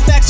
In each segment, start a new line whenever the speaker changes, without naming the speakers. facts.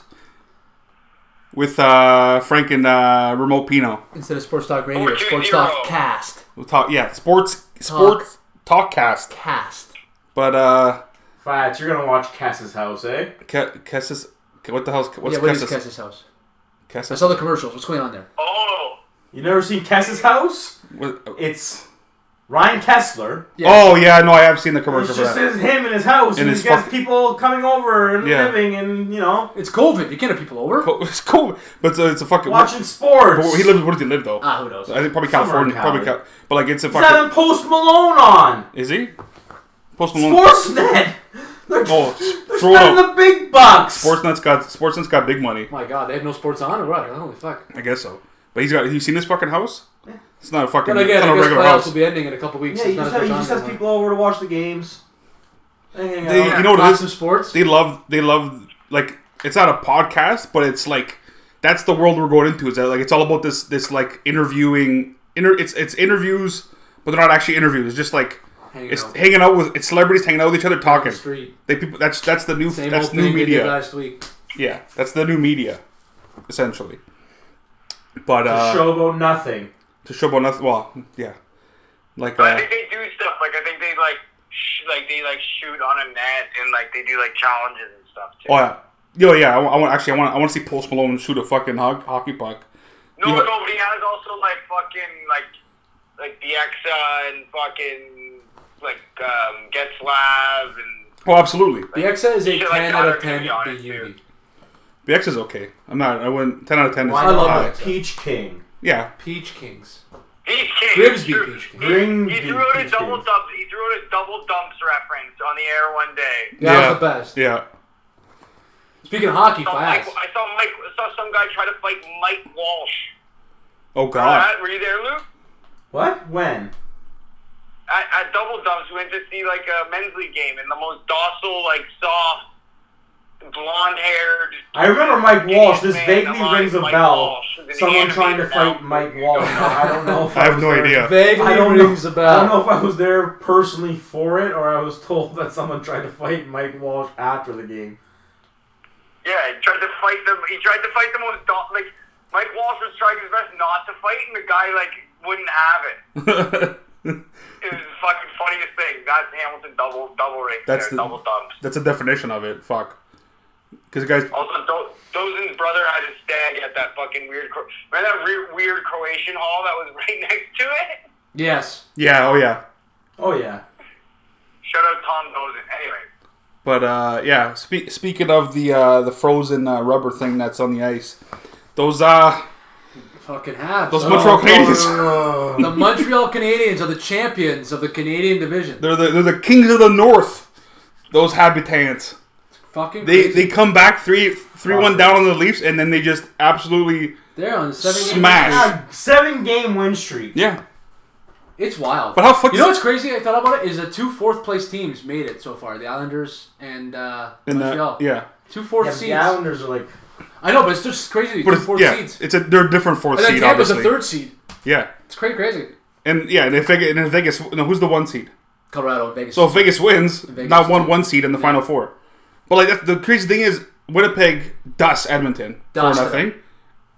with uh, Frank and uh, Remote Pino.
Instead of sports talk radio,
Four, two,
sports
zero.
talk cast.
We'll talk, yeah, sports, sports talkcast.
Cast.
But uh,
Fats, you're gonna watch Cass's house, eh?
Ke- Kessis, what the hell's what's
yeah, what is
Kessis?
Kess's house? I
Kessis?
saw the commercials. What's going on there?
Oh,
You never seen Cass's house?
What-
It's Ryan Kessler.
Oh yeah, no, I have seen the commercial
It's
for
just
that.
his, him and his house,
And
and,
his
he's got
fuck-
people coming over and
Yeah.
living, and you know,
It's COVID. You can't have people over.
Co- It's cool, but it's a, it's a fucking.
watching sports.
Well, he lives. Where does he live though?
Ah, who knows?
I think probably
Somewhere
California.
in
Probably, Cal-
Cali.
but like it's a
He's
fucking.
having Post Malone on
Is he? Post Malone.
Sportsnet. They're
Mm. Oh, throw it
spending
out.
the big bucks.
Sportsnet's got Sportsnet's got big money.
My God, they have no sports on or what? Holy fuck.
I guess so. But he's got. Have you seen this fucking house? It's not a fucking.
But again,
it's not
I
a
guess
regular
playoffs
house.
will be ending in a couple weeks.
yeah,
There's
he just, has, he
not as much
just
on
has
anymore.
people over to watch the games. They hang
They-
out.
you know what
Watch
it
some
is?
sports.
They love. They love. Like it's not a podcast, but it's like that's the world we're going into. Is that like it's all about this? This like interviewing. Inter, it's it's interviews, but they're not actually interviews. It's just like
Hanging
it's
out.
hanging out with it's celebrities hanging out with each other talking.
the street.
They people. That's that's the new.
Same
that's
old
new
thing they did
media.
last week.
Yeah, that's the new media, essentially. But uh,
Show about nothing.
to show about nothing. Well, yeah, like
but I
uh,
think they do stuff like I think they like sh- like they like shoot on a net and like they do like challenges and stuff too.
oh yeah, yo yeah. I, wa- I want actually I want I want to see Post Malone shoot a fucking hog, hockey puck.
no,
you-
no, but he has also like fucking like like Bieksa and fucking like um, Getzlav and
Oh, absolutely.
The XA is a
Shit
10
like that
out
are
of
gonna
10
be on it,
beauty.
The X is okay. I'm not. I wouldn't. Ten out of ten. Is
Why not?
high.
I love it.
Peach King.
Yeah.
Peach Kings.
He's king.
Grimsby
He threw-
Beach King.
He, he
Grimsby
threw out a
Beach
double
King.
dumps. He threw out a double dumps reference on the air one day.
Yeah,
yeah.
that was the best.
Yeah.
Speaking of hockey,
I saw, Mike,
fast.
I saw Mike. I saw some guy try to fight Mike Walsh.
Oh
Remember
God.
that? Were you there, Luke?
What? When?
at, at Double Dumps, we went to see like a men's league game, and the most docile, like soft, blonde-haired.
I remember Mike
Idiot
Walsh. This
man,
vaguely
Mike
rings a
Walsh
bell.
is an
Someone trying to
animator
fight
now.
Mike Walsh. I don't know. If
I have
was
no
there.
idea.
Vaguely
I don't
rings
know.
a bell.
I don't know if I was there personally for it, or I was told that someone tried to fight Mike Walsh after the game.
Yeah, he tried to fight them. He tried to fight the most do- like Mike Walsh was trying his best not to fight, and the guy like wouldn't have it. It was the fucking funniest thing. That's Hamilton double double ring.
That's
there,
the-
double dumps.
That's a definition of it. Fuck. Because guys.
Also, Do- Dozen's brother had a stag at that fucking weird. Cro- Remember that re- weird Croatian hall that was right next to it?
Yes.
Yeah. Oh yeah.
Oh yeah.
Shout out Tom Dozen. Anyway.
But uh, yeah, spe- speaking of the uh, the frozen uh, rubber thing that's on the ice, those uh
Fucking have.
those
son.
Montreal Canadiens,
Oh,
The Montreal Canadiens are the champions of the Canadian division.
they're the, they're the kings of the north. Those habitants,
Fucking
they
crazy.
they come back three three one down on the Leafs, and then they just absolutely
They're on seven games.
smash.
A seven-game win streak.
Yeah,
It's wild.
But how fuck
You know
is-
what's crazy? I thought about it. Is the two fourth place teams made it so far? The Islanders and uh,
and uh,
Montreal.
yeah,
Two fourth
Yeah,
seeds.
the Islanders are like
I know, but it's just crazy.
but
two
it's,
fourth
yeah,
seeds.
it's a they're a different fourth
And then
seed,
Tampa's
obviously.
a third seed.
Yeah,
It's crazy, crazy.
and yeah, and if Vegas, and if Vegas, no, who's the one seed?
Colorado, Vegas.
So if Vegas wins,
Vegas
not
is
one
two.
one seed in the final four. But like that's, the crazy thing is Winnipeg dusts Edmonton
Dust
for
them.
nothing,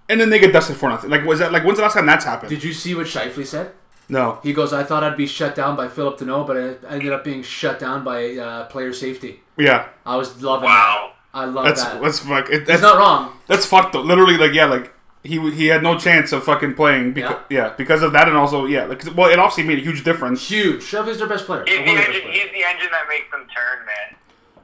and then they get dusted for nothing. Like was that like when's the last time that's happened?
Did you see what Shifley said?
no,
He goes, "I thought I'd be shut down by Philip Deneau, but I ended up being shut down by uh, player safety.
yeah,
I was loving
Wow.
that. I love
that's
that.
that's fuck. It, that's
He's not wrong.
That's fucked. Though. Literally, like yeah, like he he had no chance of fucking playing. Because, yeah. because of that, and also yeah, like 'cause- well, it obviously made a huge difference.
Huge. Shifley's their best player.
He's
Or
the
one of their best
engine.
players.
He's the engine that makes them turn, man.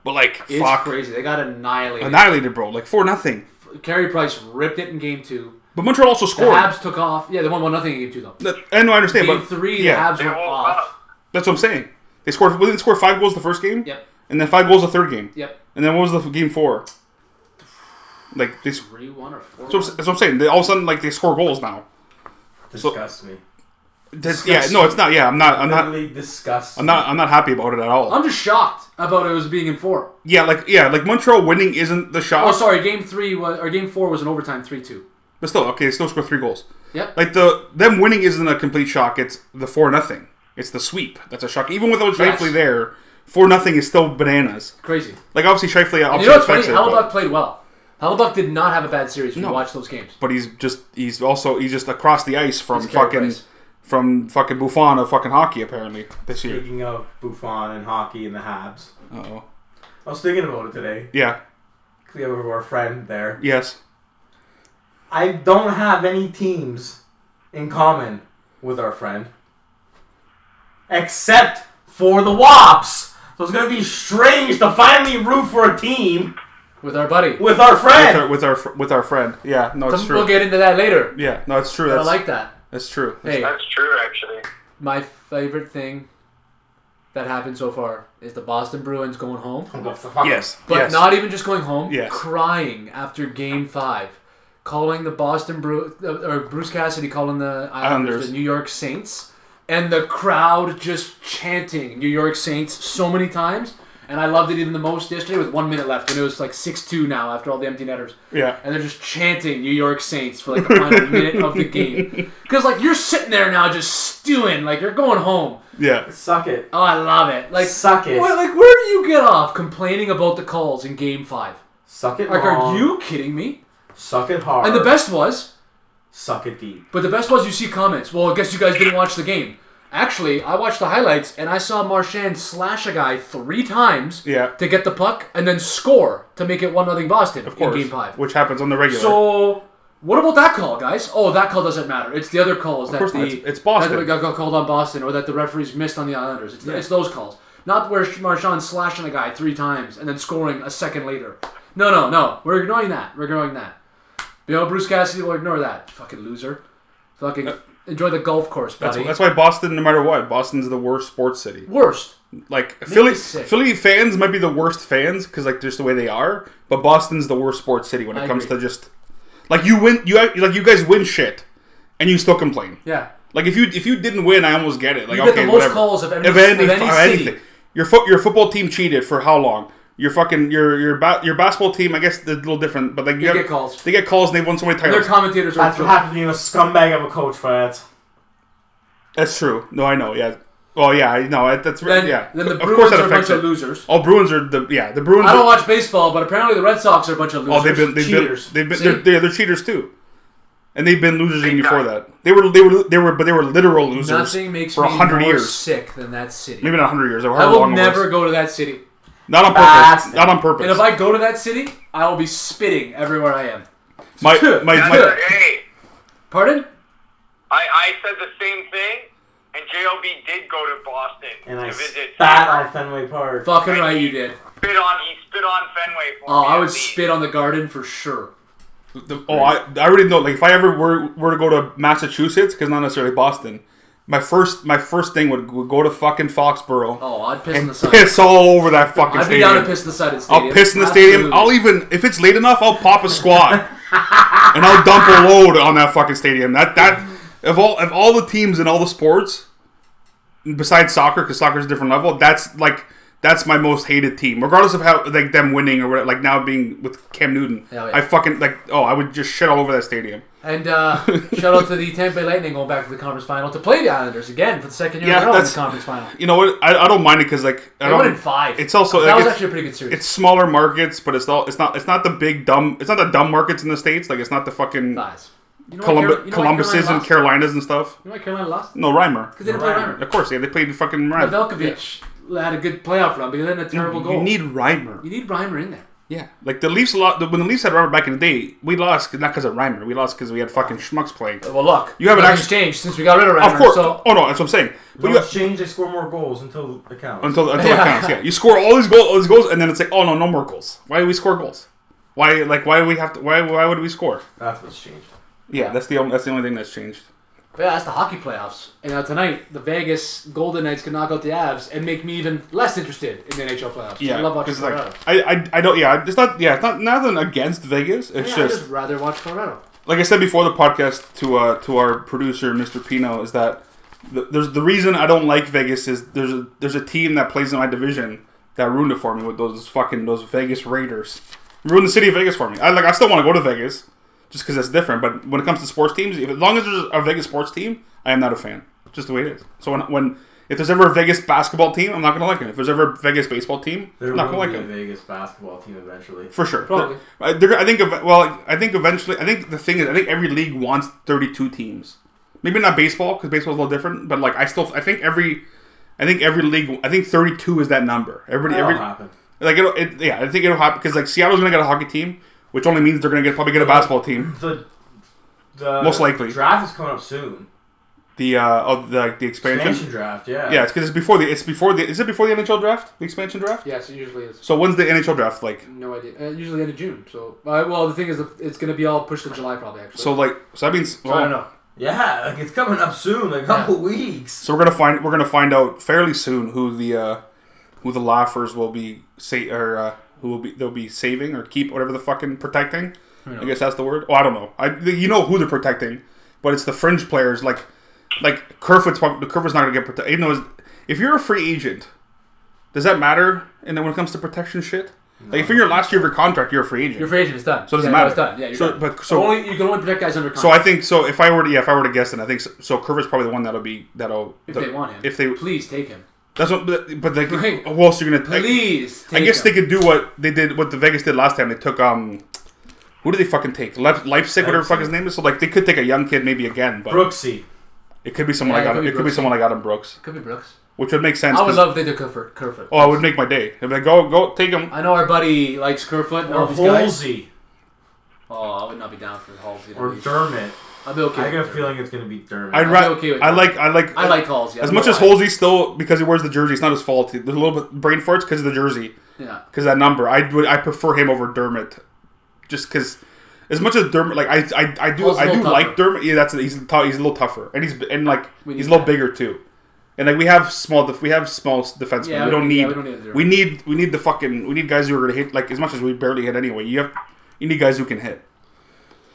But like,
It's
fuck,
crazy. They got annihilated.
annihilated, bro. Like four nothing.
Carey Price ripped it in game two.
But Montreal also
The
scored.
Habs took off. Yeah, they won one nothing in game two though.
That- I know, I understand,
Game
but
three,
yeah,
the Habs
They
were
woke
off.
up.
that's what I'm saying. They scored. Well, they scored five goals the first game.
Yep.
And then five goals the third game.
Yep.
And then what was the f- game four? Like they. s-
Three one or four.
That's what I'm- that's what I'm saying. They, all of a sudden, like they score goals now.
Disgust me.
That's- yeah, no, it's not. Yeah, I'm not. I'm not.
Literally disgust.
I'm not. I'm not happy about it at all.
I'm just shocked about it was being in four.
yeah, like yeah, like Montreal winning isn't the shot.
Oh, sorry. Game three was or game four was an overtime three two.
But still, okay, they still score three goals.
Yep.
Like the them winning isn't a complete shock. It's the four nothing. It's the sweep. That's a shock. Even without Shifley
Yes.
there, four nothing is still bananas.
crazy.
Like obviously Shifley obviously
You know what's funny?
affects it, but,
Hellebuck played well. Hellebuck did not have a bad series. When
No.
you watch those games.
but he's just he's also he's just across the ice from
Carey
fucking
Price.
from fucking Buffon of fucking hockey apparently this year.
Speaking of Buffon and hockey and the Habs,
Oh
I was thinking about it today.
yeah,
We have our friend there.
yes.
I don't have any teams in common with our friend, except for the Wops. So it's gonna be strange to finally root for a team
With our buddy.
with our
With our,
friend.
with our fr- with our friend, yeah, no, it's
We'll
true.
get into that later.
Yeah, no, it's true.
But I
That's,
like that.
that's true. That's-
Hey,
That's true, actually.
my favorite thing that happened so far is the Boston Bruins going home,
yes,
but
Oh, yes.
not even just going home,
Yes.
crying after Game Five, calling the Boston Bru uh, or Bruce Cassidy calling the Islanders,
Islanders.
the New York Saints, and the crowd just chanting New York Saints so many times. And I loved it even the most yesterday with one minute left, when it was like six-two now after all the empty netters
yeah.
and they're just chanting New York Saints for like the final minute of the game. Because like you're sitting there now just stewing, like you're going home.
Yeah.
Suck it.
Oh, I love it. Like
Suck it.
What, like where do you get off complaining about the calls in Game Five?
Suck it.
Like,
long.
are you kidding me?
Suck it hard.
And the best was,
Suck it deep.
but the best was you see comments. Well, I guess you guys didn't watch the game. Actually, I watched the highlights and I saw Marchand slash a guy three times
Yeah.
to get the puck and then score to make it one nothing Boston
Of course.
in Game Five.
Which happens on the regular.
So, what about that call, guys? Oh, that call doesn't matter. It's the other calls that
course
the
not. It's- it's Boston.
that we got got called on Boston, or that the referees missed on the Islanders. It's, it's those calls, not where Marchand slashing a guy three times and then scoring a second later. No, no, no. We're ignoring that. We're ignoring that. You know, Bruce Cassidy will ignore that. Fucking loser. Fucking enjoy the golf course,
Uh, that's,
buddy.
that's why Boston, no matter what, Boston's the worst sports city.
Worst.
Like Philly,
sick.
Philly fans might be the worst fans because like just the way they are. But Boston's the worst sports city when it
I
comes
agree.
to just like you win, you act- like you guys win shit, and you still complain.
Yeah.
Like if you if you didn't win, I almost get it. Like
You
okay,
get the most
whatever.
calls of any- of any city.
Your foot, your football team cheated for how long? Your fucking your your ba- your basketball team. I guess they're a little different, but like you
They get calls.
They get calls and they've won so many
Their
titles.
commentators are.
That's what happened to you, a scumbag of a coach, Fred.
That's true. No, I know. Yeah. Well, yeah. I know. That's
Then,
yeah.
then the
Of
Bruins
that
are a bunch
affects
of
it.
losers.
All Bruins are the yeah the Bruins.
I
are-
don't watch baseball, but apparently the Red Sox are a bunch of losers.
Oh, they've been they've
Cheaters.
been they've
See?
been they're, they're, they're cheaters too, and they've been losers even
Big
before
time.
that. They were they were they were but they were literal losers
Nothing makes
for
me
a hundred
more
years,
sick than that city.
maybe not hundred years. Or
I
however
will
long it was.
never go to that city.
Not on purpose.
Bastard.
Not on purpose.
And if I go to that city, I will be spitting everywhere I am.
my my,
That's
my
a- uh, hey,
Pardon?
I, I said the same thing, and JLB did go to Boston
And I
to visit.
spat on Fenway Park.
Fucking right, you did.
Spit on, he spit on Fenway for
Oh,
me.
I
at
would
least.
spit on the garden for sure.
the- oh I I already know like if I ever were were to go to Massachusetts because not necessarily Boston, my first my first thing would, would go to fucking Foxborough
Oh, I'd piss in
and
the sun.
piss all over that fucking
I'd be
stadium.
down to piss in the side of the stadium.
I'll piss in the stadium.
Absolutely.
I'll even if it's late enough, I'll pop a squat and I'll dump a load on that fucking stadium. That that of all of all the teams in all the sports, besides soccer, because soccer's a different level. That's like that's my most hated team, regardless of how like them winning or what, like now being with Cam Newton.
Hell yeah.
I fucking like oh, I would just shit all over that stadium.
And uh, shout out to the Tampa Bay Lightning going back to the conference final to play the Islanders again for the second year
Yeah,
in a row in the
that's-
conference final.
You know what? I, I don't mind it because like I
They
don't.
won in five.
It's also
that
like,
was
it's-
actually a pretty good series.
it's smaller markets, but it's all it's not it's not the big dumb it's not the dumb markets in the states. Like it's not the fucking
Guys, you know why
Columb-
Carol- you know why
Columbuses and
lost?
Carolinas and stuff.
You know why Carolina lost?
No rhymer.
Because they didn't play
Rhymer.
Reimer.
Of course, yeah, they played fucking rhymer.
Velkovic had a good playoff run, but he let in a terrible
You
goal.
need rhymer.
You need Reimer in there.
Yeah, like the Leafs lost when the Leafs had Reimer back in the day. We lost not because of Reimer. We lost because we had fucking schmucks playing.
Well, look,
You haven't
nothing's
actually-
changed since we got rid of Reimer.
Of course.
So
oh no, that's what I'm saying. But
Don't
you have,
change. They score more goals until it counts.
until until it counts. Yeah, you score all these goals, all these goals, and then it's like, oh no, no more goals. Why do we score goals? Why like why do we have to? Why why would we score?
That's what's changed.
Yeah, that's the only, that's the only thing that's changed.
yeah, that's the hockey playoffs. And now tonight, the Vegas Golden Knights can knock out the Avs and make me even less interested in the NHL playoffs. I love watching
because like
Colorado.
I, I I don't yeah it's not yeah it's not nothing against Vegas. It's
Yeah, I'd
just
just rather watch Colorado.
like I said before the podcast to uh, to our producer Mr. Pino is that the, there's the reason I don't like Vegas is there's a there's a team that plays in my division that ruined it for me with those fucking those Vegas Raiders ruined the city of Vegas for me. I like I still want to go to Vegas just because that's different. But when it comes to sports teams, if, as long as there's a Vegas sports team, I am not a fan. Just the way it is. So when when if there's ever a Vegas basketball team, I'm not gonna like it. If there's ever a Vegas baseball team,
There
I'm not
will
gonna like
be a
it.
Vegas basketball team eventually.
For sure.
Probably.
They're- they're- I think. ev- Well, I think eventually. I think the thing is, I think every league wants thirty-two teams. Maybe not baseball because baseball's a little different. But like, I still, I think every, I think every league, I think thirty-two is that number. Everybody,
That'll
every,
happen.
like, it'll, it, yeah, I think it'll happen because like Seattle's gonna get a hockey team, which only means they're gonna get probably get a basketball team.
The, the
Most likely.
draft is coming up soon.
The uh, of the the expansion.
Expansion draft, yeah.
Yeah, it's because it's before the it's before the is it before the NHL draft the expansion draft?
Yes, it usually is.
So when's the NHL draft like?
No idea. Uh, usually end of June. So, uh, well, the thing is, it's going to be all pushed to July probably. Actually,
So like so that means
I don't know.
Yeah, like it's coming up soon, like a couple weeks.
So we're gonna find we're gonna find out fairly soon who the uh, who the laughers will be say or uh, who will be they'll be saving or keep whatever the fucking protecting. I guess that's the word. Oh, I don't know. I you know who they're protecting, but it's the fringe players like like Kerfoot's prob- the Kerfoot's not gonna get protected. Even though it's- if you're a free agent, does that matter? And then when it comes to protection shit, like if you're in your last year of your contract, you're a free agent.
Your free agent is done. So
it doesn't
yeah, no,
matter.
It's done. Yeah, you're
So-
done.
but- so-
only you can only protect guys under contract.
so I think so. If I were to, yeah, if I were to guess, then I think so. so Kerfoot's probably the one that'll be that'll
if they want him,
If they
please take him.
That's what, but, but like,
Right.
who else are you gonna? Like,
Please.
I
take
guess
him.
they could do what they did, what the Vegas did last time. They took um, who did they fucking take? Leip- Leipzig, whatever the fuck his name is. So like, they could take a young kid maybe again, but
Brooksy.
it could be someone
Yeah,
like
it
Adam.
could be
It could be
Brooks.
someone like Adam Brooks,
Could be Brooks.
which would make sense.
I would
'cause-
love if they did Kerfoot. Kerfoot.
Oh, I would make my day. If they go, go take him.
I know our buddy likes Kerfoot and all
Or
these guys.
Halsey.
Oh, I would not be down for Halsey. to
Or
leave.
Dermot.
I'd be okay.
I got
with
a
Dermot.
feeling it's going to be Dermot.
I'd
I'd
rather.
be okay with
I
that.
like. I like.
I like Halsey. I
as
don't
much
know
as
why.
Halsey still because he wears the jersey. It's not his fault. There's a little bit brain farts because of the jersey.
Yeah.
because that number I would I prefer him over Dermot, just because as much as Dermot like I I, I do
Paul's a
I do
little tougher.
like Dermot yeah that's he's tou- he's a little tougher and he's and like
We need
he's a little
that.
bigger too, and like we have small def- we have small s- defensemen
Yeah,
we
we
don't
need-
need
yeah, we don't need a Dermot.
we need we need the fucking we need guys who are gonna hit like as much as we barely hit anyway you have you need guys who can hit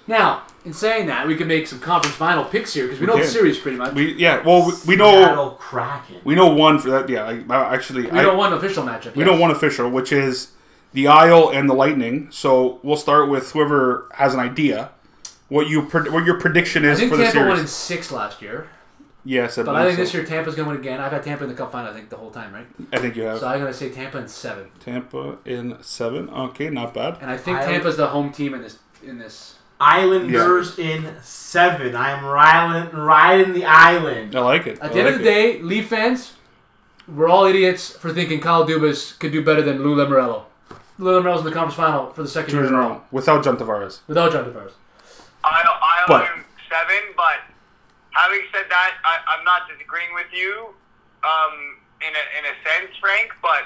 Now, in saying that, we can make some conference final picks here because we, know the
can.
series pretty much. We,
we yeah well we, we know
Seattle Kraken.
we know one for that yeah I, I actually I,
don't want an official matchup.
We don't want official, which is the Isle and the Lightning. So we'll start with whoever has an idea. What you pred- what your prediction
I
is
think
for the
Tampa won
series?
in six last year,
yes, I
but I think
so.
this year Tampa's gonna win again. I've had Tampa in the Cup final, I think, the whole time, right?
I think you have
So I'm gonna say Tampa in seven,
Tampa in seven. Okay, not bad.
and I think
I-
Tampa's the home team in this. In this,
Islanders in seven. I'm riding, riding the island.
I like it.
at
I
the end
like
of the
it.
day, Leaf fans, we're all idiots for thinking Kyle Dubas could do better than Lou Lamorello. Lou Lamorello's in the conference final for the second
Two
year
years
in a row
without John Tavares.
without John DeFars.
I'll, I'll
But-
give him seven, but having said that, I, I'm not disagreeing with you um, in, a, in a sense, Frank, but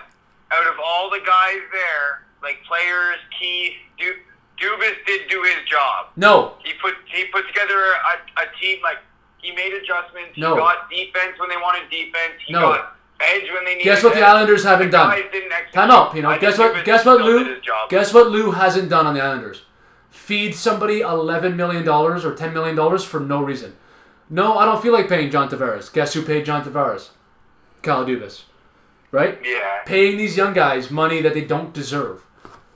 out of all the guys there, like players, Keith, du- Dubas did do his job.
No,
He put he put together a, a team like he made adjustments.
No.
He got defense when they wanted defense. He
No.
got edge when they needed.
Guess what the
edge.
Islanders haven't done?
guys didn't execute.
Time out, Pino.
I think
Guess
Dubas
what? Guess what,
still did
Lou?
his job.
Guess what Lou hasn't done on the Islanders? Feed somebody eleven million dollars or ten million dollars for no reason. No, I don't feel like paying John Tavares. Guess who paid John Tavares? Kyle Dubas, right?
Yeah.
Paying these young guys money that they don't deserve.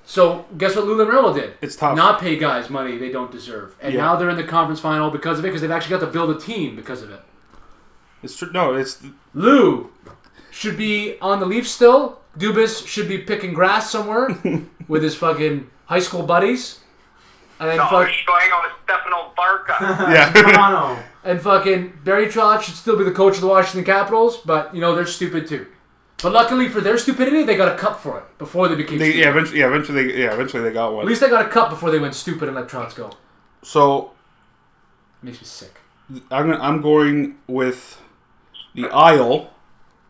So guess what Lou Lamoriello did?
It's tough.
Not pay guys money they don't deserve, and
Yeah.
now they're in the conference final because of it. Because they've actually got to build a team because of it.
It's true. No, it's
Lou should be on the Leafs still. Dubas should be picking grass somewhere with his fucking high school buddies. And then
No,
fuck,
he's going on with Stefano Barca.
yeah.
Toronto.
and fucking Barry Trotz should still be the coach of the Washington Capitals, but you know they're stupid too. But luckily for their stupidity, they got a cup for it before they became
They,
stupid.
yeah, eventually, yeah, eventually, they, yeah, eventually they got
At
one.
least they got a cup before they went stupid and let Trots go.
So
makes me sick.
I'm gonna, I'm going with the Isle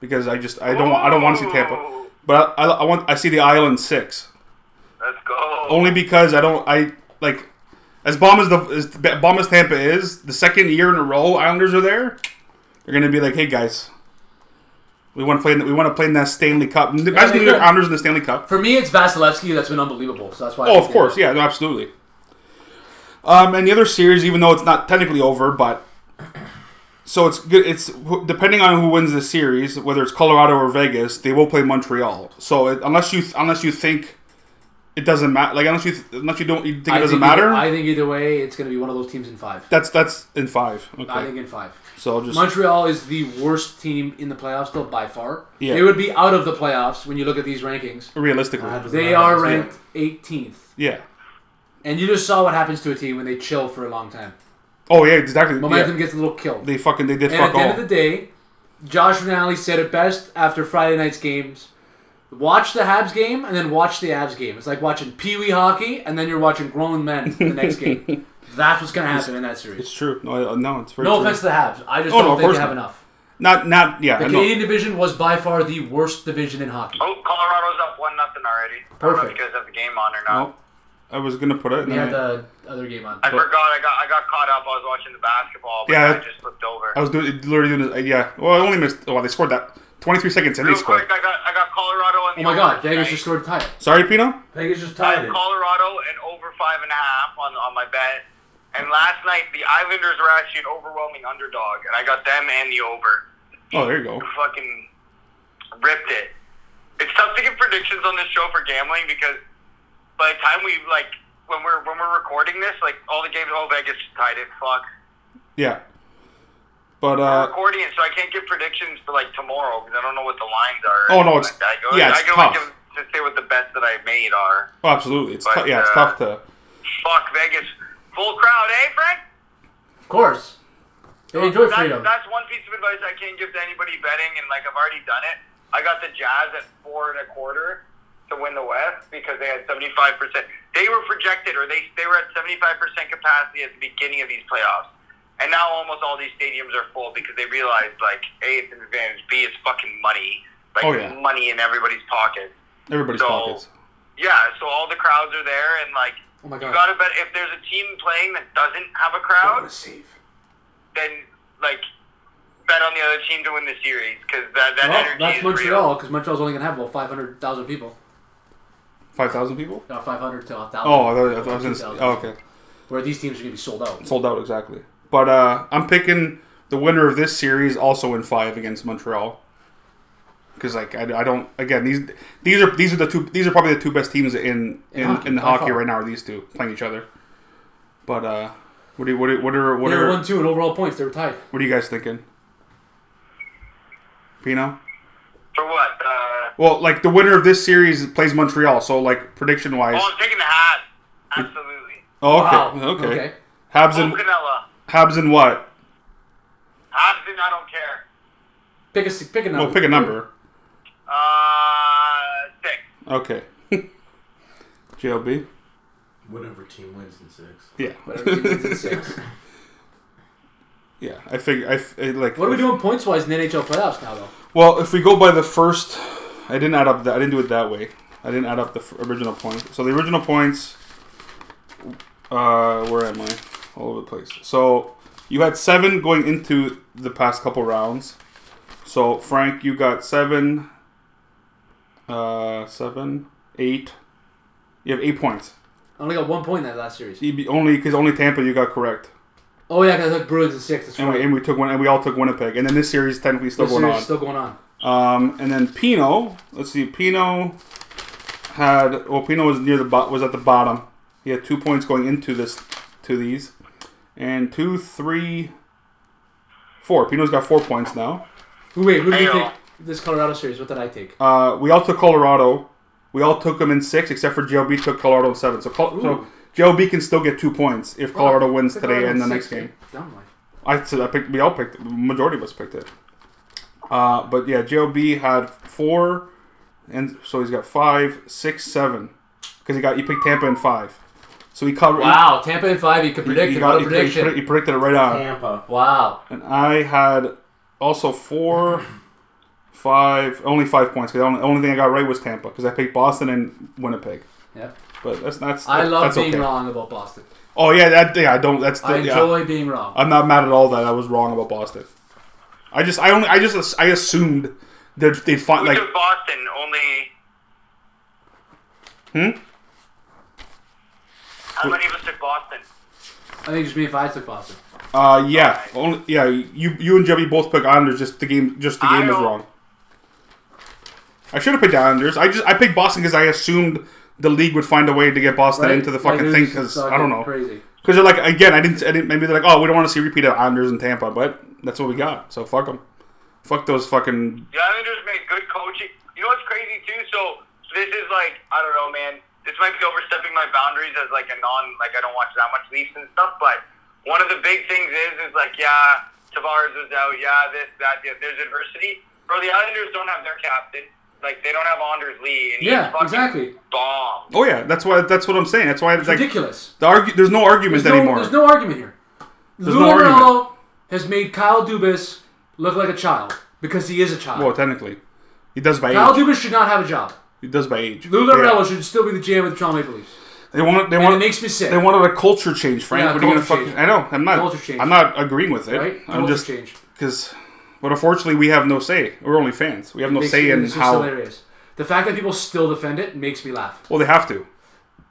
because I just I don't want, I don't want to see Tampa, but I, I want I see the Isle in six
Let's go.
only because I don't I like as bomb as the as bomb as Tampa is the second year in a row Islanders are there. They're gonna be like, hey guys, we want to play in, we want to play in that Stanley Cup.
they
Imagine the
could.
Islanders in the Stanley Cup.
For me, it's Vasilevsky that's been unbelievable. So that's why. I
Oh,
think
of
they-
course, yeah, no, absolutely. Um, and the other series, even though it's not technically over, but so it's good. It's wh- depending on who wins the series, whether it's Colorado or Vegas, they will play Montreal. So it, unless you unless you think it doesn't matter, like unless you th- unless you don't you think
I
it doesn't
think either-
matter,
I think either way, it's going to be one of those teams in five.
that's that's in five.
I
Okay,
think in five.
so I'll just
Montreal is the worst team in the playoffs still by far.
Yeah.
They would be out of the playoffs when you look at these rankings.
realistically,
That doesn't
They
matter.
are ranked 18th.
yeah.
And you just saw what happens to a team when they chill for a long time.
Oh yeah, exactly.
Momentum
Yeah.
gets a little killed.
They fucking they did
and at
fuck
the
all.
end of the day, Josh Rinaldi said it best after Friday night's games. Watch the Habs game and then watch the Avs game. It's like watching Pee Wee hockey and then you're watching grown men the next game. That's what's going to happen in that series.
it's true. No, I- no, it's very
No
true.
offense to the Habs. I just
Oh,
don't
no, of
think
course
they have
not.
enough.
Not not yeah.
The
I know.
Canadian division was by far the worst division in hockey.
Oh, Colorado's up one nothing already. I don't know if
Perfect.
you guys have the game on or not.
No, I was gonna put it.
We
and I-
had the other game on.
I forgot. I got I got caught up. I was watching the basketball, but
Yeah,
I
that's-
just flipped over.
I was doing literally doing this. uh, Yeah. Well, I only missed. Well, they scored that 23 seconds and they
Real
scored.
quick, I got I got Colorado
Oh
and
my god, Vegas just scored a tie.
Sorry, Pino.
Vegas just tied it.
Colorado and over five and a half on on my bet. And last night the Islanders were actually an overwhelming underdog, and I got them and the over.
Oh, there you go.
fucking ripped it. It's tough to give predictions on this show for gambling because by the time we like when we're when we're recording this, like all the games, all Vegas tied it. Fuck,
Yeah. But
we're
uh,
recording it, so I can't give predictions for like tomorrow because I don't know what the lines are.
Oh,
or
no, it's-
anything like that. I,
yeah,
I
it's
can
tough.
only give, just say what the bets that I made are.
oh, absolutely. It's tou-
But,
yeah, it's
uh,
tough to.
Fuck Vegas, full crowd, eh, Frank?
Of course. They enjoy
That's-
freedom.
That's one piece of advice I can give to anybody betting, and like I've already done it. I got the Jazz at four and a quarter to win the West because they had seventy five percent. They were projected, or they they were at seventy five percent capacity at the beginning of these playoffs, and now almost all these stadiums are full because they realized like a it's an advantage, b it's fucking money, like
Oh, yeah.
money in everybody's pocket.
Everybody's
So-
pockets.
Yeah, so all the crowds are there, and like
Oh my
you
god.
gotta bet if there's a team playing that doesn't have a crowd
What a save.
then like bet on the other team to win the series because that that
Well,
energy
that's
is
Montreal
real.
because Montreal's only gonna have about five hundred thousand people.
Five thousand people.
Not five hundred to thousand.
Oh, I thought, I thought I was gonna. say- Oh, okay.
Where these teams are gonna be sold out.
Sold out exactly. But uh, I'm picking the winner of this series also in five against Montreal. Because like I, I don't again these these are these are the two these are probably the two best teams in in, in,
hockey,
the
by
hockey
far.
right now are these two playing each other. But uh, what do you, what do you- what are what
They
are
were one two in overall points. They were tied.
What are you guys thinking? Pino?
For what? Uh,
Well, like the winner of this series plays Montreal, so like prediction wise.
oh, I'm taking the hat. Absolutely.
Oh, okay.
Wow.
okay.
Okay.
Habs
Oh,
and
Canella.
Habs and what?
Hobson, I don't care.
Pick a s- pick a number.
Well, Oh, pick a number.
Uh, six.
Okay. JLB.
Whatever team wins in six.
Yeah.
Whatever team wins in six.
Yeah. I think I, f- I like.
What are we doing points wise in the NHL playoffs now though?
Well, if we go by the first, I didn't add up that. I didn't do it that way. I didn't add up the f- original points. So the original points. Uh, where am I? All over the place. So you had seven going into the past couple rounds. So Frank, you got seven. Uh, seven, eight. You have eight points.
I only got one point in that last series.
You be- Only because only Tampa you got correct,
Oh yeah, because I took Bruins in six. That's
and we,
right.
and we took one, and we all took Winnipeg, and then this series technically still
This
going
series
on.
is still going on.
Um, and then Pino, let's see, Pino had well, Pino was near the bot was at the bottom. He had two points going into this to these, and two, three, four. Pino's got four points now.
Who wait? Who did we
Hey,
take?
yo.
This Colorado series. What did I take?
Uh, we all took Colorado. We all took them in six, except for JLB took Colorado in seven. So, Col- so
Ooh.
JLB can still get two points if Colorado wins
Pick
today
Colorado
and the
in
next
six,
game.
eh? Dumb, like.
I said I picked. We all picked. Majority of us picked it. Uh, but yeah, JLB had four, and so he's got five, six, seven, because he got he picked Tampa in five, so he covered.
Wow, Tampa in five. You could
he,
predict
he
it.
got
What a
he, pre- he
prediction.
pre- he predicted it right on.
Tampa.
Wow.
And I had also four, five, only five points. Cause the only, only thing I got right was Tampa because I picked Boston and Winnipeg.
Yeah.
But that's that's
I love
that's
being
okay.
wrong about Boston.
Oh yeah, that yeah, I don't. That's the,
I
yeah.
enjoy being wrong.
I'm not mad at all that I was wrong about Boston. I just I only I just ass- I assumed that they'd find
Who
like
took Boston? Only. Hmm? How many of us took Boston?
I think just me and five took Boston.
uh yeah only yeah you you and Jebby both picked Islanders just the game just the
I
game was
don't-
wrong. I should have picked Islanders. I just I picked Boston because I assumed the league would find a way to get Boston
Right?
into the
Like,
fucking
it
thing
was
because
fucking
I don't know
Crazy.
because they're like again I didn't I didn't maybe they're like oh we don't want to see a repeat of Islanders and Tampa but that's what we got so fuck them fuck those fucking
The Islanders made good coaching. You know what's crazy too? So this is like I don't know, man. This might be overstepping my boundaries as like a non like I don't watch that much Leafs and stuff, but one of the big things is is like yeah, Tavares is out, yeah, this, that, yeah, there's adversity. Bro, the Islanders don't have their captain. Like they don't have Anders Lee and he's
Yeah,
fucking
exactly.
bomb.
oh yeah that's why that's what I'm saying that's why it's like
Ridiculous.
the argu- there's no argument
There's no,
anymore
there's no argument here. Lou
no argument.
Lamoriello has made Kyle Dubas look like a child because he is a child.
Well, technically, he does by
Kyle
age.
Dubas should not have a job.
He does by age.
Lou
Yeah.
Lamoriello should still be the GM of the Toronto Maple Leafs.
They want. They
And it
want.
makes me sick.
They wanted a culture change, Frank.
Yeah,
what are you gonna
culture
fucking?
change.
I know. I'm not.
Culture change.
I'm not agreeing with it.
Right?
I'm
Culture
just
change.
because. But unfortunately, we have no say. We're only fans. We have no
Makes
say
me-
in
it's just
how.
hilarious. The fact that people still defend it makes me laugh.
Well, they have to,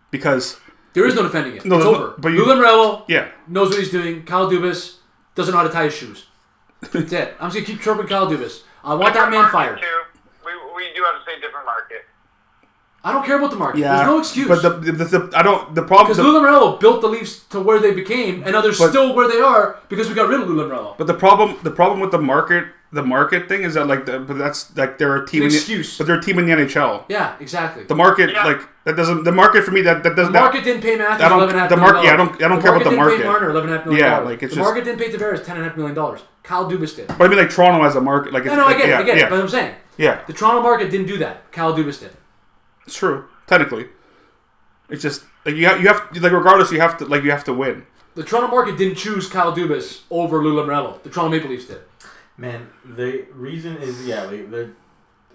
because
There is no defending it.
No,
it's
no,
over.
but
But
you-
Lou Lamoriello
yeah.
knows what he's doing. Kyle Dubas doesn't know how to tie his shoes. That's it. I'm just gonna keep chirping Kyle Dubas. I want that man
Market,
fired.
Too. We, we do have to say different market.
I don't care about the market.
Yeah.
There's no excuse.
But the, the, the I don't. The problem.
Because
The,
Lou Lamoriello built the Leafs to where they became, and now they're still where they are because we got rid of Lou Lamoriello.
but the problem. The problem with the market. The market thing is that like. The, but that's like they're a team.
An
in the-
excuse.
But they're a team in the NHL.
yeah, exactly.
The market
Yeah.
like that doesn't. The market for me that that doesn't.
The market didn't pay Matthews
I don't-
eleven and a half
the
million
market- yeah, I
dollars.
don't- I don't care about the
didn't pay
market.
Marner eleven and a half million
Yeah,
dollars.
like, it's
the
just-
market didn't pay Tavares ten and a half million dollars. Kyle Dubas did.
But I mean, like Toronto as a market. Like it's,
No, no, I
like,
get
yeah,
it. I get
yeah,
it. But I'm saying
yeah.
the Toronto market didn't do that. Kyle Dubas did.
It's true, technically. It's just like you have, you have like regardless, you have to like you have to win.
The Toronto market didn't choose Kyle Dubas over Lou Lamoriello. The Toronto Maple Leafs did.
Man, the reason is yeah, they they're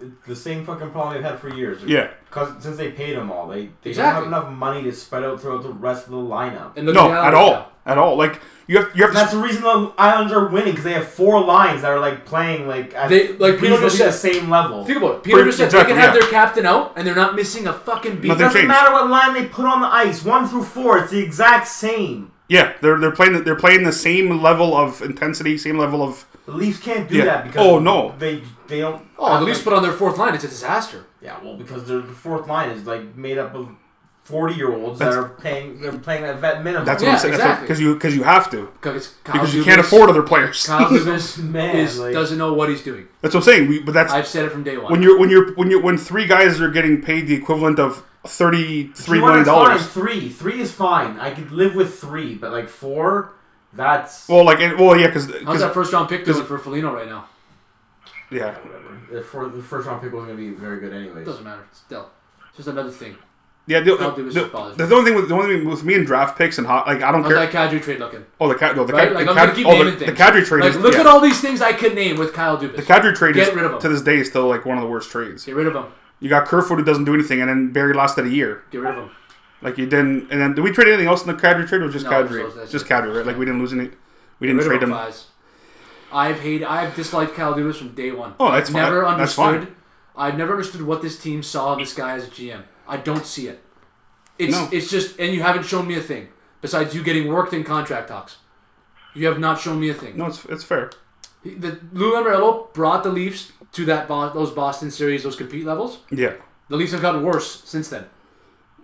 it's the same fucking problem they've had for years.
Yeah.
Cause since they paid them all, they they
Exactly.
don't have enough money to spread out throughout the rest of the lineup.
And look
No,
the
at
Islanders
all,
now.
at all. Like you have you have
And that's
to.
the reason the Islands are winning because they have four lines that are like playing like at
They- like Peter
reasonably
just said-
the same level.
Think about it. Peter just said they
exactly,
can have
yeah.
their captain out, and they're not missing a fucking beat.
Nothing
doesn't
changed.
matter what line they put on the ice, one through four, it's the exact same.
Yeah, they're they're playing they're playing the same level of intensity, same level of.
The Leafs can't do
Yeah.
that because
Oh, no.
they they don't.
Oh, the Leafs put on their fourth line. It's a disaster.
Yeah, well, because their the fourth line is like made up of forty year olds that
That's-
are paying they're playing at vet minimum.
That's
Yeah,
what I'm saying.
exactly.
Because you because you have to
Because it's Kyle
because you
Dubas.
can't afford other players.
Kyle Dubas
Man,
is,
like-
doesn't know what he's doing.
That's what I'm saying. We, but that's
I've said it from day one.
when you're when you're when you are when three guys are getting paid the equivalent of thirty three
You wanna
million
find
dollars.
Three, three is fine. I could live with three, but like four, that's
Well, like it- well, yeah, because
How's that first round pick doing for Felino right now?
yeah,
the, for, the first round pick wasn't gonna be very good anyways.
Doesn't matter. Still, it's just another thing.
yeah. The,
I'll do is
the-
just bother.
the only thing with the only thing with me and draft picks and hot like I don't
How's
care.
that Kadri trade looking?
Oh, the cat. No, the
Right?
cat.
Like
the
I'm
cat-
gonna keep
oh,
naming
the,
things.
the Kadri trade.
Like
is,
look
yeah.
at all these things I could name with Kyle Dubas.
The Kadri trade
Get
is
rid of 'em.
to this day still like one of the worst trades.
Get rid of him.
You got Kerfoot who doesn't do anything, and then Barry lasted a year.
Get rid of him.
Like you didn't. And then did we trade anything else in the Kadri trade? Or just
No,
Kadri?
just those-
just Kadri, right? Like we didn't lose any. We didn't
Get
trade
rid of
him.
him. guys. I've hated. I've disliked Kyle Dubas from day one.
Oh, that's
I've
fine.
Never
That's fine.
understood. I've never understood what this team saw in this guy as a GM. I don't see it. It's
No.
it's just, and you haven't shown me a thing besides you getting worked in contract talks. You have not shown me a thing.
No, it's it's fair.
He- The, Lou Lamoriello brought the Leafs to that Bo- those Boston series, those compete levels.
Yeah,
The Leafs have gotten worse since then.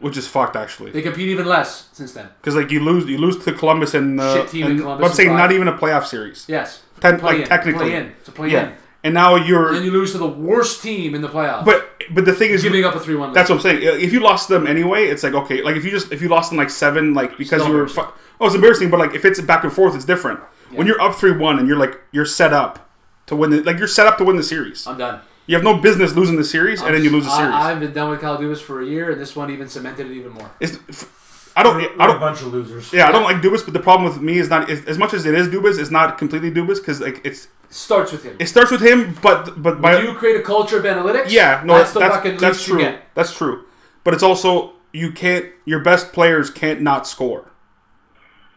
which is fucked actually.
They compete even less since then.
Because like you lose, you lose to Columbus and uh,
Shit team in
and-
Columbus
but I'm
in
saying
five.
not even a playoff series.
Yes.
Ten-
Play
like,
in.
technically.
Play in. It's a play in.
Yeah. And now you're.
Then you lose to the worst team in the playoffs.
but but the thing is,
giving up a three one.
That's what I'm saying. If you lost them anyway, it's like okay, like if you just if you lost them like seven, like because
Still
you were
embarrassing.
fu- oh it's embarrassing, but like if it's back and forth, it's different. When you're up three one and you're like you're set up to to win. The, like you're set up to win the series.
I'm done.
You have no business losing the series, and then you lose the series.
I,
I,
I've been done with Kyle Dubas for a year, and this one even cemented it even more.
it's, f- I don't.
We're,
I
we're a
don't.
bunch of losers.
Yeah, I don't like Dubas, but the problem with me is not as as much as it is Dubas. It's not completely Dubas because like it's
Starts with him.
it starts with him, but but by
you create a culture of analytics.
Yeah, no, that's
the
that's,
fucking
that's
least you
true.
get.
That's true. But it's also you can't. Your best players can't not score,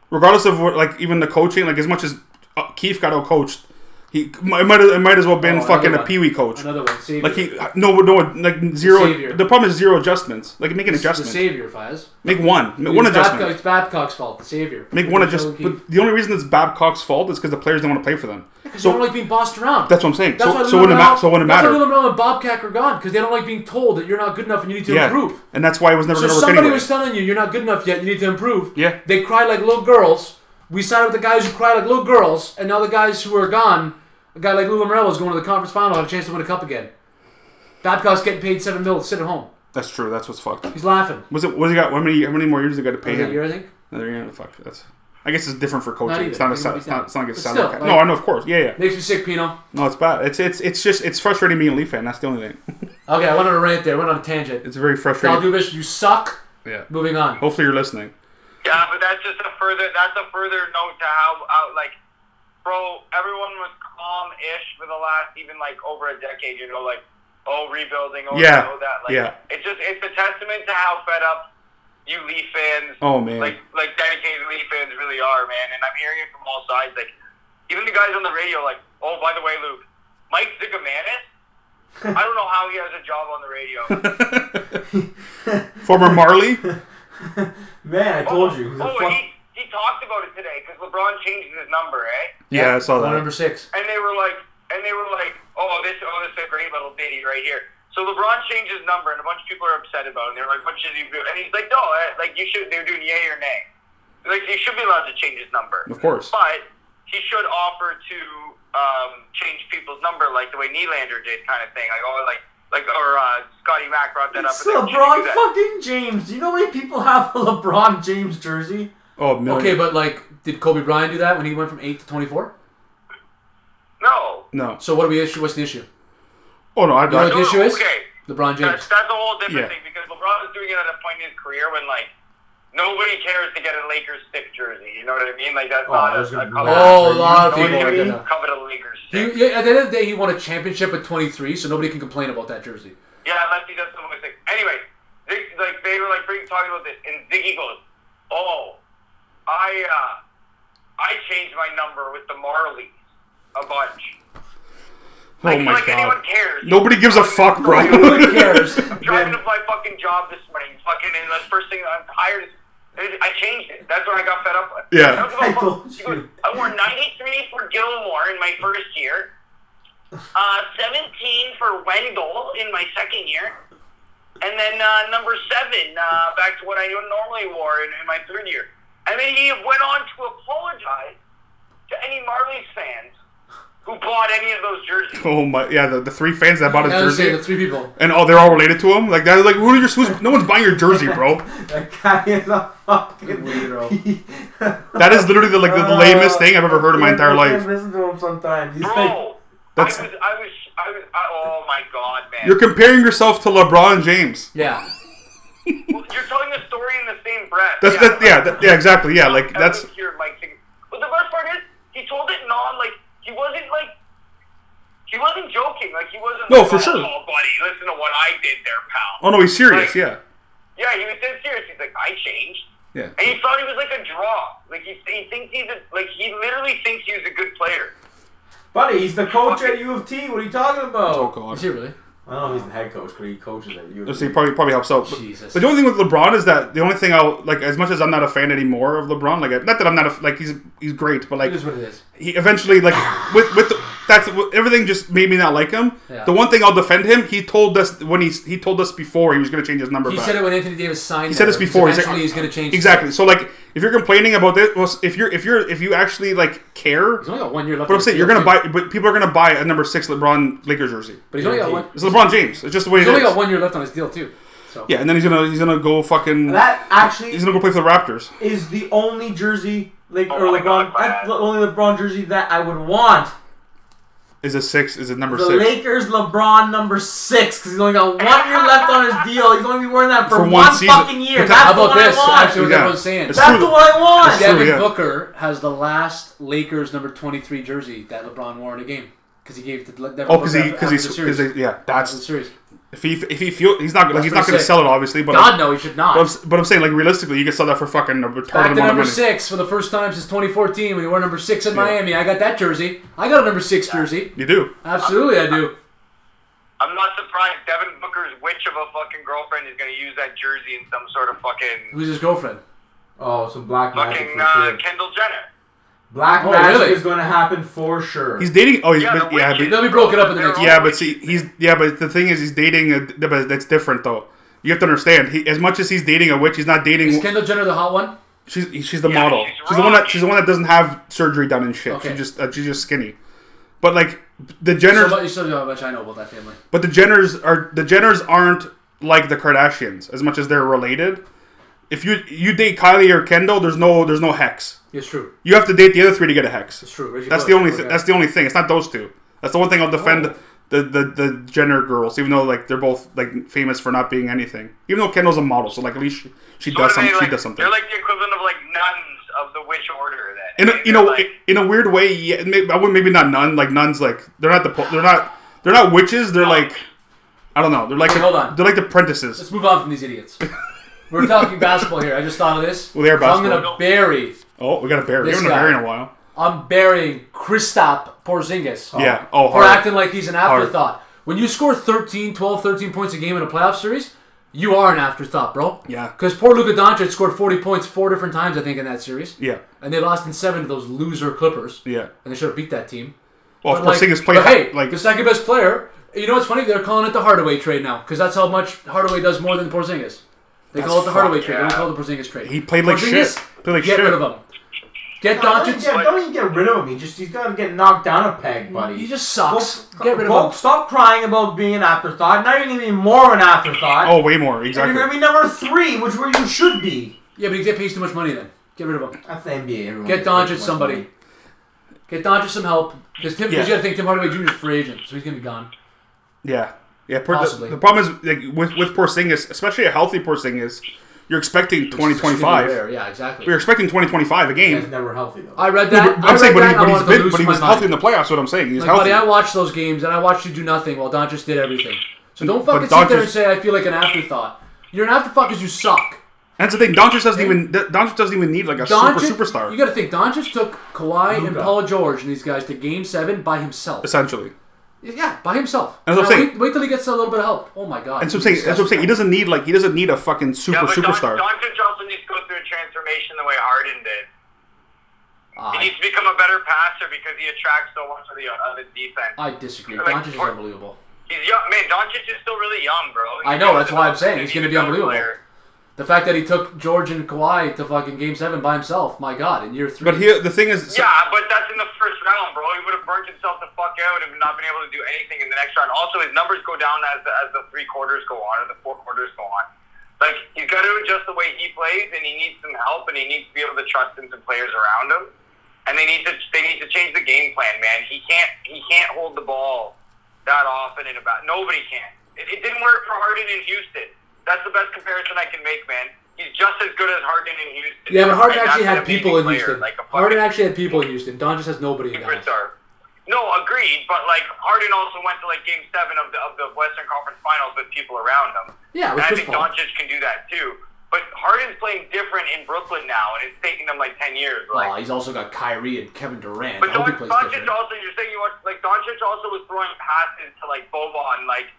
regardless of what. Like even the coaching, like as much as uh, Keith got out coached, he it might it might as well been
Oh,
fucking
another
a
one.
pee wee coach.
Another one. Savior.
Like he uh, no no like zero.
Savior.
The problem is zero adjustments. Like make an
the
adjustment.
savior, Faz.
Make one. Make one
It's Babcock-
adjustment.
It's Babcock's fault. The savior.
Make one
It's
adjustment.
Joe Keefe.
But the only reason it's Babcock's fault is because the players don't want to play for them.
they don't
So
like being bossed around.
that's what I'm saying.
That's why
So, so when it
Lillard-
ma- so when it
That's
matters,
why Lillard and Bobcat are gone because they don't like being told that you're not good enough and you need to
yeah.
improve.
And that's why it was never
So
going to work
somebody
anyway.
was telling you you're not good enough yet. You need to improve.
Yeah.
They cry like little girls. We signed up with the guys who cry like little girls, and now the guys who are gone, a guy like Lula Morello is going to the conference final, have a chance to win a cup again. Babcock's getting paid seven mil to sit at home.
That's true. That's what's fucked.
He's laughing.
Was it? Was he got? How many? How many more years they got to pay
Yeah.
him?
Year, I think.
Another year? Oh, Fuck. That's. I guess it's different for
Not
coaching.
even.
It's not, a,
It
sal-
might
it's
be
not.
down.
It's not like a
But
salary
still,
cap.
like-
no, I know, of course. Yeah, yeah.
Makes me sick, Pino.
No, it's bad. It's it's it's just it's frustrating being a Leaf fan. That's the only thing.
Okay, I went on a rant there. Went on a tangent.
It's Oh, very
Cal
frustrating.
Dubas, you suck.
Yeah.
Moving on.
Hopefully you're listening.
Yeah, but that's just a further that's a further note to how out like, bro, everyone was calm ish for the last even like over a decade. You know, like oh rebuilding, oh
Yeah,
that, oh that. Like,
yeah.
It's just it's a testament to how fed up you Leaf fans,
Oh, man.
like like dedicated Leaf fans really are, man. And I'm hearing it from all sides. Like even the guys on the radio, like oh by the way, Luke, Mike Zigamanis. I don't know how he has a job on the radio.
Former Marley.
Man, I told you. He's a
Oh,
fuck-
he, he talked about it today because LeBron changed his number, eh?
Yeah, I saw
Round number
that.
six.
and they were like, and they were like, oh, this, oh, this is a great little ditty right here. So LeBron changed his number, and a bunch of people are upset about it. And they're like, what should he do? And he's like, no, eh, like you should. They're doing yay or nay. Like you should be allowed to change his number,
Of course.
but he should offer to um, change people's number, like the way Nylander did, kind of thing. Like oh, like like or uh, Scotty Mack brought that
It's
up. and they were, "Should you do
LeBron
that?"
fucking James. Do you know how many people have a LeBron James jersey?
Oh, million.
Okay, but like, did Kobe Bryant do that when he went from eight to twenty-four?
No.
no.
So what do we issue? What's the issue?
Oh no, I
You know what
don't.
the issue is?
Uh, Okay.
LeBron James.
That's, that's a whole
Yeah.
different thing because LeBron is doing it at a point in his career when like nobody cares to get a Lakers stick jersey. You know what I mean? Like that's
Oh,
not a,
there's gonna be
a cover.
Oh, a lot of
You know what
people
I
are
mean?
gonna.
cover to Lakers
He,
stick.
yeah, at the end of the day, he won a championship at 23, so nobody can complain about that jersey.
Yeah, unless he does some other thing. Anyway, they, like they were like freaking talking about this, and Ziggy goes, "Oh, I uh, I changed my number with the Marlies a bunch."
Oh
Like,
my
like anyone
god.
cares.
Nobody gives a fuck, bro.
Who cares?
driving to my fucking job this morning, fucking, and the first thing I'm tired. is- I changed it. That's what I got fed up with.
Yeah.
I, don't give a
I
fuck.
told
She goes,
you.
I wore 93 for Gilmore in my first year, uh, 17 for Wendell in my second year, and then uh, number seven uh, back to what I normally wore in, in my third year. And then he went on to apologize to any Marlies fans who bought any of those jerseys.
oh my. Yeah, the, the three fans that bought his
I was saying the
jersey.
three people.
And oh, they're all related to him. Like that. Like who are your? Who's, no one's buying your jersey, bro.
That guy is a fucking Uh,
Weirdo.
That is literally the, like the, the lamest thing I've ever heard in my entire
I
life.
listen to him sometimes. He's like,
Bro,
That's-
Oh, I was, I was, I was, I, oh my god, man.
You're comparing yourself to LeBron James.
Yeah.
Well, You're telling the story in the same breath.
That's that. Yeah. That, yeah. Exactly. Yeah. Like
That was
that's.
your Mike Sing- But the best part is, he told it non like he wasn't like he wasn't joking. Like he wasn't.
No,
like,
for
oh,
sure.
Oh, buddy, listen to what I did there, pal.
Oh no, he's serious. Yeah.
Yeah, he was dead serious. He's like, I changed,
Yeah.
and he thought he was like a draw. Like he, he thinks he's a, like he literally thinks he's a good player.
buddy, he's the coach at U of T. What are you talking about?
Oh god.
Is he really?
I don't know if he's the head coach, but he coaches at U of T.
So he probably probably helps out. But,
Jesus.
but the only thing with LeBron is that the only thing I'll like as much as I'm not a fan anymore of LeBron. Like I- not that I'm not a, like he's he's great, but like
It is what it is.
he eventually like with with the, that's with- everything just made me not like him.
Yeah.
The one thing I'll defend him. He told us when he he told us before he was going to change his number.
He
back.
said it when Anthony Davis signed.
He said this before. He's like,
Eventually, he's going to change.
Exactly. So like, if you're complaining about this, well, if you're if you're if you actually like care,
He's only got one year left.
But I'm saying you're gonna buy, but people are gonna buy a number six LeBron Lakers jersey.
But he's only got one.
It's LeBron James. It's just the way
He's
it
only
is.
got one year left on his deal too. So
Yeah, and then he's gonna he's gonna go fucking.
That actually
he's gonna go play for the Raptors.
is the only jersey, like,
Oh
or
my
LeBron,
God,
that's
man.
the only LeBron jersey that I would want.
is a six. Is a number
The
six
Lakers LeBron number six because he's only got one year left on his deal. He's only be wearing that for,
For one
one,
season.
fucking year.
How
That's
How
the
about
one
this?
I want.
Actually, what
Yeah.
everyone's saying.
It's
That's
true.
the one I want.
It's true.
Devin
yeah.
Booker has the last Lakers number 23 jersey that LeBron wore in a game because he gave it to Le- Devin
Oh,
Booker
because he
after-
because
after
he's
the series.
because yeah.
After the
That's
series.
if he if he feel he's not like he's not
pretty
going to
sick.
sell it obviously. But
God no, he should
but I'm,
not.
s- but I'm saying like realistically, you could sell that for fucking a retarded
Back to
amount of
number
money.
six for the first time since 2014 when he wore number six in Miami. I got that jersey. I got a number six jersey.
You do.
Absolutely, I do.
I'm not surprised Devin Booker's witch of a fucking girlfriend is going to use that jersey in some sort of fucking
Who's his girlfriend?
Oh, some black magic
fucking
for
uh,
sure.
Kendall Jenner.
Black
Oh,
magic
really?
is going to happen for sure.
He's dating. Oh, he's
Yeah,
but,
the
yeah,
witch
but,
They'll be broken up in the next.
They're
yeah,
all
but see, he's yeah, but the thing is, he's dating. A, but that's different though. You have to understand. He, as much as he's dating a witch, he's not
Is
dating.
Kendall Jenner the hot one?
She's she's the
Yeah,
model.
she's
She's, the one that
rock.
she's the one that doesn't have surgery done and shit.
Okay.
She just uh, she's just skinny. But like the
So
Jenners,
much, so how much I know about that family.
but the Jenners are the Jenners aren't like the Kardashians as much as they're related. If you you date Kylie or Kendall, there's no there's no hex.
It's true.
You have to date the other three to get a hex.
It's true. Reggie
That's
Bush,
the only
okay.
th- that's the only thing. It's not those two. That's the one thing I'll defend
Oh.
the, the the Jenner girls, even though like they're both like famous for not being anything. Even though Kendall's a model, so like at least she, she
What
does
are
some,
they,
she
like,
does something.
They're like the equivalent of like nuns of the witch order. Then
in a,
They're
you know
like,
in a weird way yeah, maybe, I wouldn't- maybe not nun like nuns like they're not the po- they're not they're not witches they're like I don't know they're like the,
hold on.
they're like the apprentices
Let's move on from these idiots. We're talking basketball here. I just thought of this.
Well, they are
So I'm
basketball.
gonna bury.
oh we got a bear we
This
haven't had a
guy.
bear in a while
I'm burying Kristaps Porzingis.
yeah oh
for
hard.
acting like he's an afterthought. When you score 13, 12, 13 points a game in a playoff series, you are an afterthought, bro.
Yeah.
Because poor Luka Doncic scored 40 points four different times, I think, in that series.
yeah
And they lost in seven to those loser Clippers.
yeah
And they should have beat that team.
well if
But,
Porzingis
like,
played
but hey,
like
the second best player. You know what's funny? They're calling it the Hardaway trade now because that's how much Hardaway does more than Porzingis. They call it the Hardaway trade. They don't call it the Porzingis trade.
He played like
Porzingis,
shit. Played like
get
shit.
rid of him. Get
don't, you
Doncic.
get, don't you get rid of him. He just he's got to get knocked down a peg, buddy.
He just sucks.
Go-
get rid
go-
of him.
Stop crying about being an afterthought. Now you're gonna be more of an afterthought.
oh way more
And you're gonna
exactly
be number three, which where you should be.
Yeah, but he get- pays too much money then. Get rid of him.
That's the NBA. Everyone
Get Doncic somebody. Get Doncic some help. Because Tim, 'cause
Yeah.
you got to think Tim Hardaway Jr. is a free agent, so he's gonna be gone.
yeah yeah Por- the,
Possibly.
the problem is like with with Porzingis especially a healthy Porzingis you're expecting twenty twenty
It's gonna be
five
rare. Yeah, exactly.
you're expecting twenty twenty five a
He's
game.
never healthy though.
I read that. I
I'm
read
saying, but, he,
that.
but
I
he's
wanted to
been,
lose
but he
my
was healthy in
mind.
the playoffs. What I'm saying, he's
Like,
healthy.
buddy, I watched those games and I watched you do nothing while Doncic did everything. So don't
But
fucking sit there
Doncic-
and say I feel like an afterthought. You're an afterthought because you suck.
That's the thing. Doncic doesn't even Doncic doesn't even need like a super superstar.
You got to think Doncic took Kawhi and
Luka.
Paul George and these guys to Game Seven by himself.
essentially,
Yeah, by himself.
That's what I'm
Now
saying.
Wait, wait till he gets a little bit of help. Oh my god.
and so I'm saying that's what I'm saying. He doesn't need like he doesn't need a fucking super
yeah, but Don-
superstar.
Doncic also needs to go through a transformation the way Harden did.
Ah,
He needs to become a better passer because he attracts so much of the of the defense.
I disagree.
Like,
Doncic is
Tor-
unbelievable.
He's young, man. Doncic is still really young, bro. He's
I know,
young
that's
as
why
a-
I'm saying he's gonna be
a
unbelievable.
player.
The fact that he took George and Kawhi to fucking Game Seven by himself, my God, in year three.
but here the thing is, so-
Yeah, but that's in the first round, bro. He would have burnt himself the fuck out and not been able to do anything in the next round. Also, his numbers go down as the, as the three quarters go on or the four quarters go on. Like he's got to adjust the way he plays, and he needs some help, and he needs to be able to trust in some players around him. And they need to they need to change the game plan, man. He can't he can't hold the ball that often and about nobody can. It, it didn't work for Harden in Houston. That's the best comparison I can make, man. He's just as good as Harden in Houston.
yeah, but Harden
And
actually had
that's an amazing
people in
player,
Houston.
like a
Harden
fucking-
actually had people in Houston. Doncic has nobody in Dallas.
superstar. No, agreed. But like Harden also went to like Game Seven of the of the Western Conference Finals with people around him.
Yeah,
and
with
I
Chris
think
Paul.
Doncic can do that too. But Harden's playing different in Brooklyn now, and it's taking them like ten years. Like,
Ah, he's also got Kyrie and Kevin Durant.
but
I hope he
Don,
plays
Doncic
different.
also, you're saying you want like Doncic also was throwing passes to like Boban, like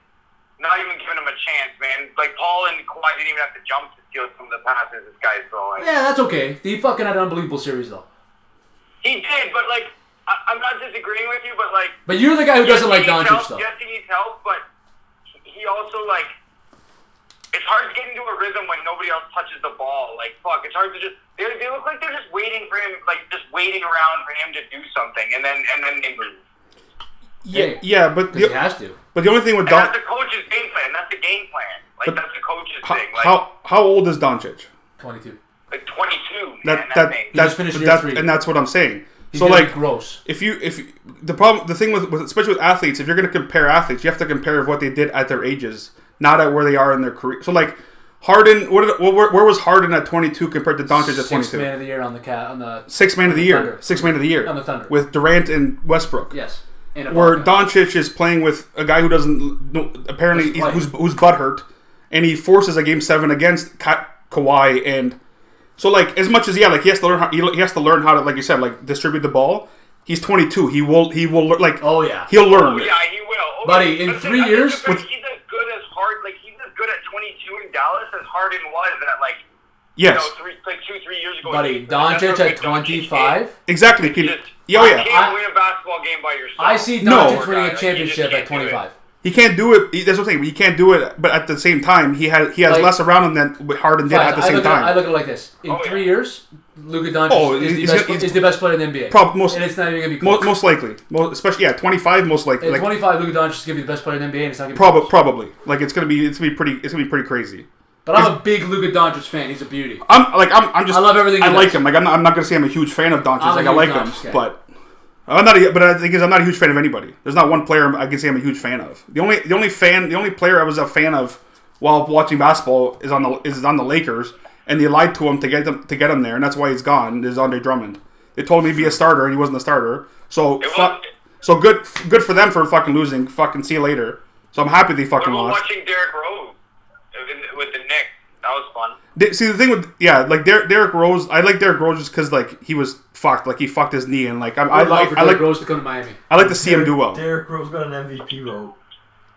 not even giving him a chance, man. Like Paul and Kawhi didn't even have to jump to steal some of the passes this guy's throwing.
Yeah, that's okay. He fucking had an unbelievable series though.
He did, but like I, I'm not disagreeing with you, but like
But you're the guy who doesn't like
he needs
Doncic
help.
though.
Yes, he needs help, but he- he also like it's hard to get into a rhythm when nobody else touches the ball. Like fuck, it's hard to just they, they look like they're just waiting for him, like just waiting around for him to do something, and then and then they move.
yeah, yeah, but
'Cause he
the,
has to.
but the only thing with
And
Don,
that's the coach's game plan. That's the game plan. Like that's the coach's
how,
thing. Like,
how how old is Doncic?
Twenty-two.
like 22.
That
man, that
that
thing.
that's
just finished
but
year
that's-
three.
and that's what I'm saying.
He
So,
did
like-
gross.
if you if you- the problem the thing with, with especially with athletes if you're going to compare athletes you have to compare what they did at their ages not at where they are in their career so like Harden what did, where, where was Harden at 22 compared to Doncic at
Sixth
22
man of the year on the cat on the
six man of the year
Thunder.
six man of the year
On the Thunder.
with Durant and Westbrook
yes. And
where
Ibaka.
Doncic is playing with a guy who doesn't no, apparently
Doesn't play.
who's who's butthurt, and he forces a game seven against Ka- Kawhi and so like as much as yeah like he has to learn how, he, he has to learn how to like you said like distribute the ball. He's 22. He will he will lear- like
Oh, yeah.
he'll learn.
Yeah, he will. Oh,
Buddy, in
listen,
three
I think
years,
he's-
with-
he's as good as hard. Like he's as good at 22 in Dallas as Harden was at like you
Yes,
know three, like two, three years ago.
Buddy,
That's how
Doncic
good
at 25?
exactly.
is.
Peter.
Just-
Yeah, oh,
you
yeah.
Can't
I-
win a basketball game by yourself.
I see
No.
Doncic
uh,
winning a championship at 25.
He can't do it. he- That's what I'm saying. He can't do it. But at the same time, he has he has
Like-
less around him than what Harden did
Guys,
at the
I
same
look At, it- I
time.
look at it like this: in
Oh,
three
yeah.
years, Luka Doncic
Oh,
is, the
he's
best,
gonna-
is the best player in the NBA.
Prob- most-
and it's not even gonna be
Most,
close.
most likely, most, especially yeah, 25 most likely.
At
Like,
25, Luka Doncic is gonna be the best player in the NBA, and it's not gonna be
Probably,
close.
probably. Like it's gonna be, it's gonna be pretty, it's gonna be pretty crazy.
But I'm a big Luka Doncic fan. He's a beauty.
I'm like, I'm, I'm just.
I love everything
I
he
like
does.
him. Like I'm not, I'm not gonna say I'm a huge fan of Doncic.
I'm a
Like I like
huge Doncic
him,
guy.
but I'm not. A, but I think is I'm not a huge fan of anybody. There's not one player I can say I'm a huge fan of. The only, the only fan, the only player I was a fan of while watching basketball is on the is on the Lakers, and they lied to him to get them to get him there, and that's why he's gone. Is Andre Drummond? They told him he'd be a starter, and he wasn't a starter. So fuck.
was-
So good, good for them for fucking losing. Fucking see you later. So I'm happy they
I
fucking
was
lost.
watching Derrick Rose in- with the Knicks. That was fun.
They- See the thing with yeah, like Derek, Derek Rose. I like Derek Rose just because like he was fucked, like he fucked his knee, and like I, I
I'd love
like
for
I like
Derrick Rose to come to Miami.
I like to see him do well.
Derrick Rose got an MVP vote.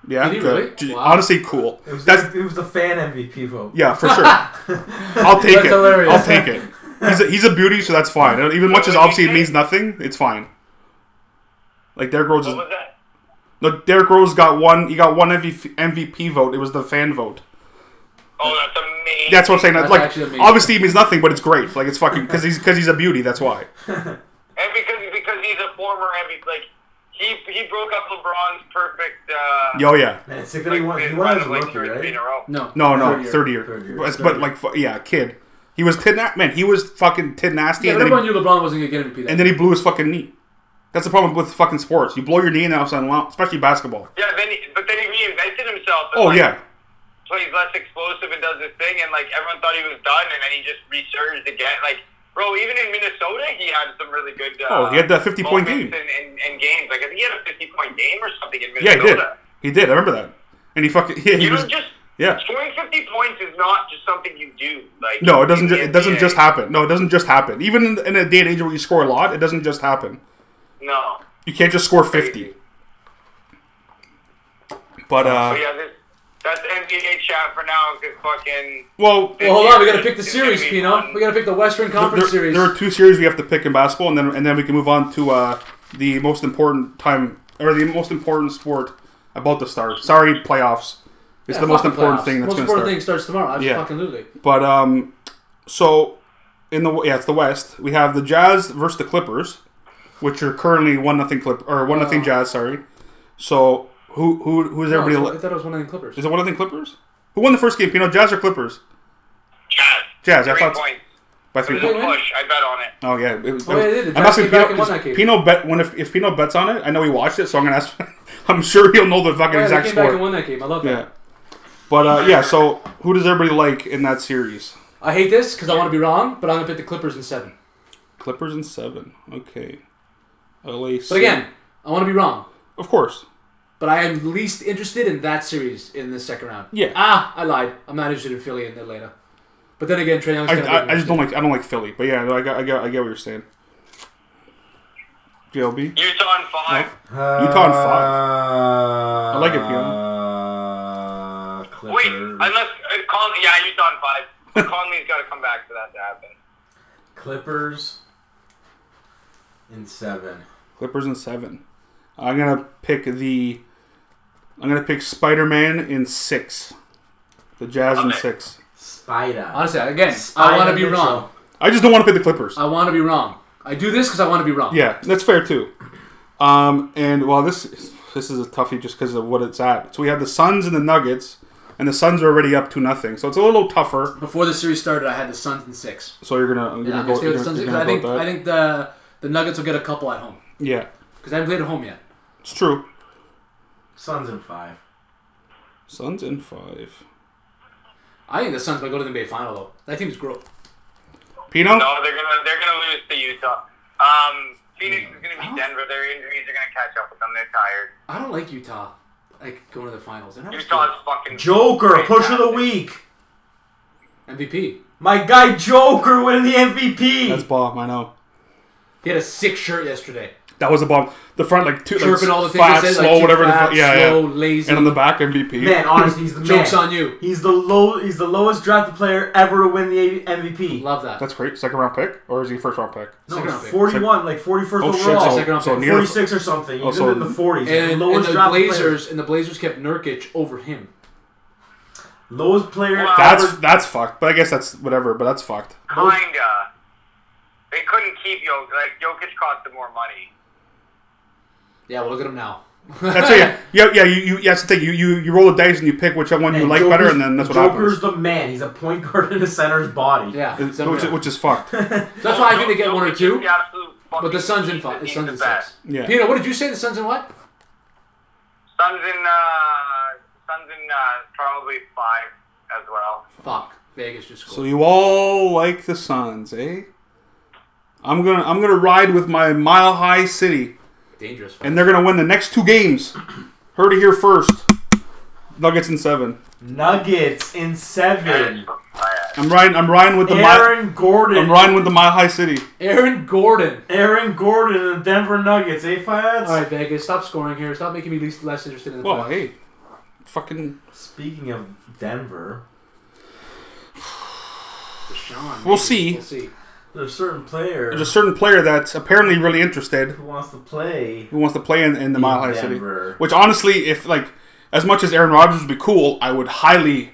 yeah,
Did he
good.
really?
Gee,
Wow.
honestly, cool.
It was,
That's
it was the fan MVP vote.
yeah, for sure. I'll take
That's
it.
hilarious.
I'll take it. He's a, he's a beauty, so that's fine. Even much as obviously it means nothing, it's fine. Like Derek Rose, is,
What was that?
no, Derek Rose got one. He got one MVP, MVP vote. It was the fan vote.
Oh, that's amazing.
That's what I'm saying.
That's
like
actually amazing.
obviously it means nothing, but it's great. Like it's fucking because he's because he's a beauty. That's why.
And because because he's a former MVP, like he he broke up LeBron's perfect. Uh,
Oh yeah.
Man, it's like that he won, he won as a rookie,
in
right?
a row.
No,
No, no,
year.
third year.
Third year.
But,
Third
but
year.
like, fu- yeah, kid. He was tid na- man. He was fucking tid nasty,
Yeah,
and, then
everyone
he,
knew LeBron wasn't gonna get MVP. That
and then he blew his fucking knee. That's the problem with fucking sports. You blow your knee, and now it's unlocked, especially baskball.
Yeah, then he, but then he reinvented himself. and,
Oh
like,
yeah,
plays less explosive and does his thing, and like everyone thought he was done, and then he just resurged again. Like, bro, even in Minnesota, he had some really good.
Oh,
Uh,
he had that 50-point game.
moments and, and, and games. Like, I think he had a fifty-point game or something in
yeah, he did.
Minnesota.
He did. I remember that. And he fucking yeah, he
You
was
know, just
yeah.
scoring fifty points is not just something you do. Like,
No, it doesn't.
in
Ju-
the
it doesn't
NBA.
just happen. No, it doesn't just happen. Even in, in a day and age where you score a lot, it doesn't just happen.
No,
You can't just score fifty. But uh,
but Oh, yeah, this, that's NBA chat for now because fucking.
well,
this
well, hold on, we gotta
year
pick the
is
series,
gonna be
Pino.
fun.
We gotta pick the Western
there,
Conference series.
there are two series we have to pick in basketball, and then and then we can move on to uh, the most important time or the most important sport about to start. Sorry, playoffs. It's
Yeah,
the most
fuck
important
playoffs.
thing that's
Most
going to start.
important thing starts tomorrow.
Yeah.
Absolutely.
But um, so in the yeah, it's the West. We have the Jazz versus the Clippers, which are currently one nothing Clip or one nothing Jazz. Sorry. So who who who is everybody?
Uh. No,
li-
Oh, I thought it was one of the Clippers.
is it one nothing Clippers? Who won the first game? Pino Jazz or Clippers?
Jazz.
Jazz. I
Three
thought
points.
by three
It was
points.
a push. I bet on it.
Oh yeah, it was,
Oh, yeah, they did.
I'm asking
Jackson back
Pino.
and won that
Is
game.
Pino bet when if, if Pino bets on it, I know he watched it, so I'm gonna ask. I'm sure he'll know the fucking
Yeah, they
exact
came back and
score.
won that game. I love
Yeah,
that.
but uh, yeah. So who does everybody like in that series?
I hate this because I want to be wrong, but I'm gonna pick the Clippers in seven.
Clippers and seven. Okay. LA.
But again, I want to be wrong.
of course.
But I am least interested in that series in the second round.
Yeah.
Ah, I lied. I'm not interested in Philly and Atlanta. But then again, Trae Young's
I,
gonna be
I, I just
interested.
don't like I don't like Philly, but yeah, I got I got I get what you're saying. JLB.
Utah in five.
Utah in five.
Uh, I
like it,
Pion. Uh,
Wait,
Clippers.
unless uh, Con- yeah, Utah in five. Conley's got to come back for that to happen.
Clippers in seven.
Clippers and seven. I'm gonna pick the. I'm gonna pick Spider Man in six. The Jazz in
Okay.
six.
Spider.
Honestly, again, I want to be
Spider
wrong.
I just don't want to pick the Clippers.
I want to be wrong. I do this because I want to be wrong.
Yeah, that's fair too. Um, and well, this this is a toughie just because of what it's at. So we have the Suns and the Nuggets, and the Suns are already up to nothing. So it's a little tougher.
Before the series started, I had the Suns in six.
So you're gonna you're
Yeah,
gonna
I'm gonna
go.
stay with
You're,
the Suns
you're
because
gonna
I
go
think
with that.
I think the The Nuggets will get a couple at home
Yeah,
because they haven't played at home yet.
it's true.
Suns in five.
Suns in five.
I think the Suns might go to the NBA final though. That team's gross.
Pino.
No, they're gonna they're gonna lose to Utah. Um, Phoenix is gonna beat Denver. Their injuries are gonna catch up with them. They're tired.
I don't like Utah. Like going to the finals. They're not as
Utah's fucking
Joker,
great
push of the
talent.
week.
good. MVP.
My guy Joker winning the MVP.
That's bomb. I know.
He had a sick shirt yesterday.
That was a bomb. The front like two,
Chirping
like,
all the things
fat,
it says, like,
slow,
too
whatever. the
fat,
fu- yeah,
slow,
yeah.
lazy.
And on the back, MVP.
man, honestly, he's the man.
Joke's on you.
He's the low. He's the lowest drafted player ever to win the MVP.
Love that.
That's great. Second round pick, or is he first round pick?
No,
Second round pick.
forty-one, like forty-first
Oh shit!
overall,
So,
Second round
so
pick.
near
forty-six or something. He's
Oh, so-
in the forties.
and, and
lowest
the
drafted
Blazers
player.
and the Blazers kept Nurkic over him.
lowest player.
Wow.
That's that's fucked. But I guess that's whatever. But that's fucked.
Kinda. They couldn't keep Jokic. Like Jokic cost them more money.
Yeah, well look at him now.
That's it, yeah, yeah, yeah. You, you yeah, that's the thing. You, you you roll the dice and you pick which one you
And
like
Joker's-
better, and then that's what
Joker's
happens.
the man. He's a point guard in a center's body.
Yeah. so-
Which, is- which is fucked.
that's why I think they get one or two. But
But
the Suns in five. The Suns in six.
Yeah.
Peter, what did you say? The Suns in what?
Suns in uh, Suns in uh, probably five as well.
Fuck. Vegas just scored.
So you all like the Suns, eh? I'm gonna I'm gonna ride with my mile high city,
Dangerous.
and they're gonna win the next two games. Heard it here first. Nuggets in seven.
Nuggets in seven.
I'm riding. I'm riding with the mile.
Aaron Gordon.
I'm riding with the mile high city.
Aaron Gordon.
Aaron Gordon and the Denver Nuggets. Eh, Fats?
All right, Vegas, stop scoring here. Stop making me least less interested in the
Well,
playoffs.
hey, fucking.
Speaking of Denver,
Deshaun,
We'll
maybe.
see.
We'll see.
there's a certain player
There's a certain player that's apparently really interested
who wants to play.
who wants to play in, in the Mile High City.
Denver.
Which honestly, if like as much as Aaron Rodgers would be cool, I would highly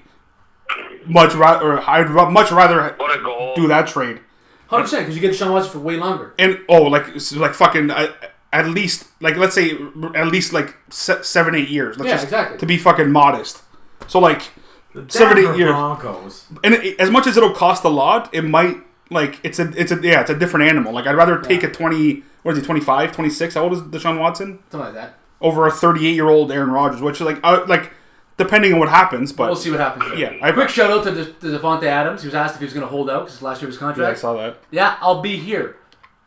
much rather or I'd ra- much rather
What a goal!
do that trade.
Hundred percent, because you get Deshaun Watson for way longer.
And oh, like s- like fucking I, at least like let's say r- at least like se- seven eight years. Let's
Yeah,
just,
exactly.
To be fucking modest. So like,
The
Seven, eight
Denver
years.
Broncos.
and it, as much as it'll cost a lot, it might like it's a it's a yeah it's a different animal. Like I'd rather take a twenty what is he 25, 26? How old is Deshaun Watson?
Something like that.
over a 38 year old Aaron Rodgers, which like I, like depending on what happens, but
We'll see what happens. there.
yeah, I,
Quick shout out to, De- to Devontae Adams. He was asked if he was going to hold out because last year of his
I
contract.
saw that.
Yeah, I'll be here.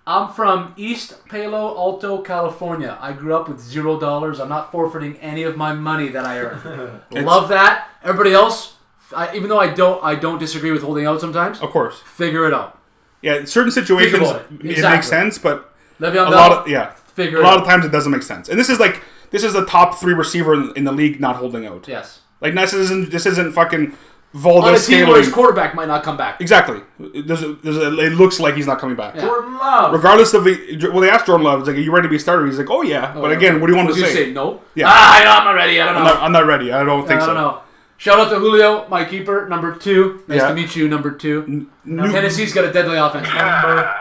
I'm from East Palo Alto, California. I grew up with zero dollars. I'm not forfeiting any of my money that I earn. Love that. Everybody else, I, even though I don't, I don't disagree with holding out sometimes.
Of course,
Figure it out.
yeah. in Certain situations
about it.
it,
Exactly.
makes sense, but
Le'Veon
a
Bell,
lot of yeah,
figure
a
it
lot
out.
of times it doesn't make sense. And this is like this is the top three receiver in, in the league not holding out.
yes.
Like this isn't this isn't fucking
On a
Valdez
team where his
scaling.
quarterback might not come back.
Exactly. There's a, there's a, it looks like he's not coming back.
Yeah.
Jordan Love.
Regardless of the, well, they asked Jordan Love, it's like, "Are you ready to be a starter?" He's like, "Oh yeah," but again, what do you want
Was
him to
you
say?
say no?
Yeah.
Ah, I know, I'm not ready. I don't know.
I'm, not, I'm not ready. I don't think
I
so.
don't know. Shout out to Julio, my keeper, number two. Nice
Yeah.
to meet you, number two.
New-
Tennessee's got a deadly offense.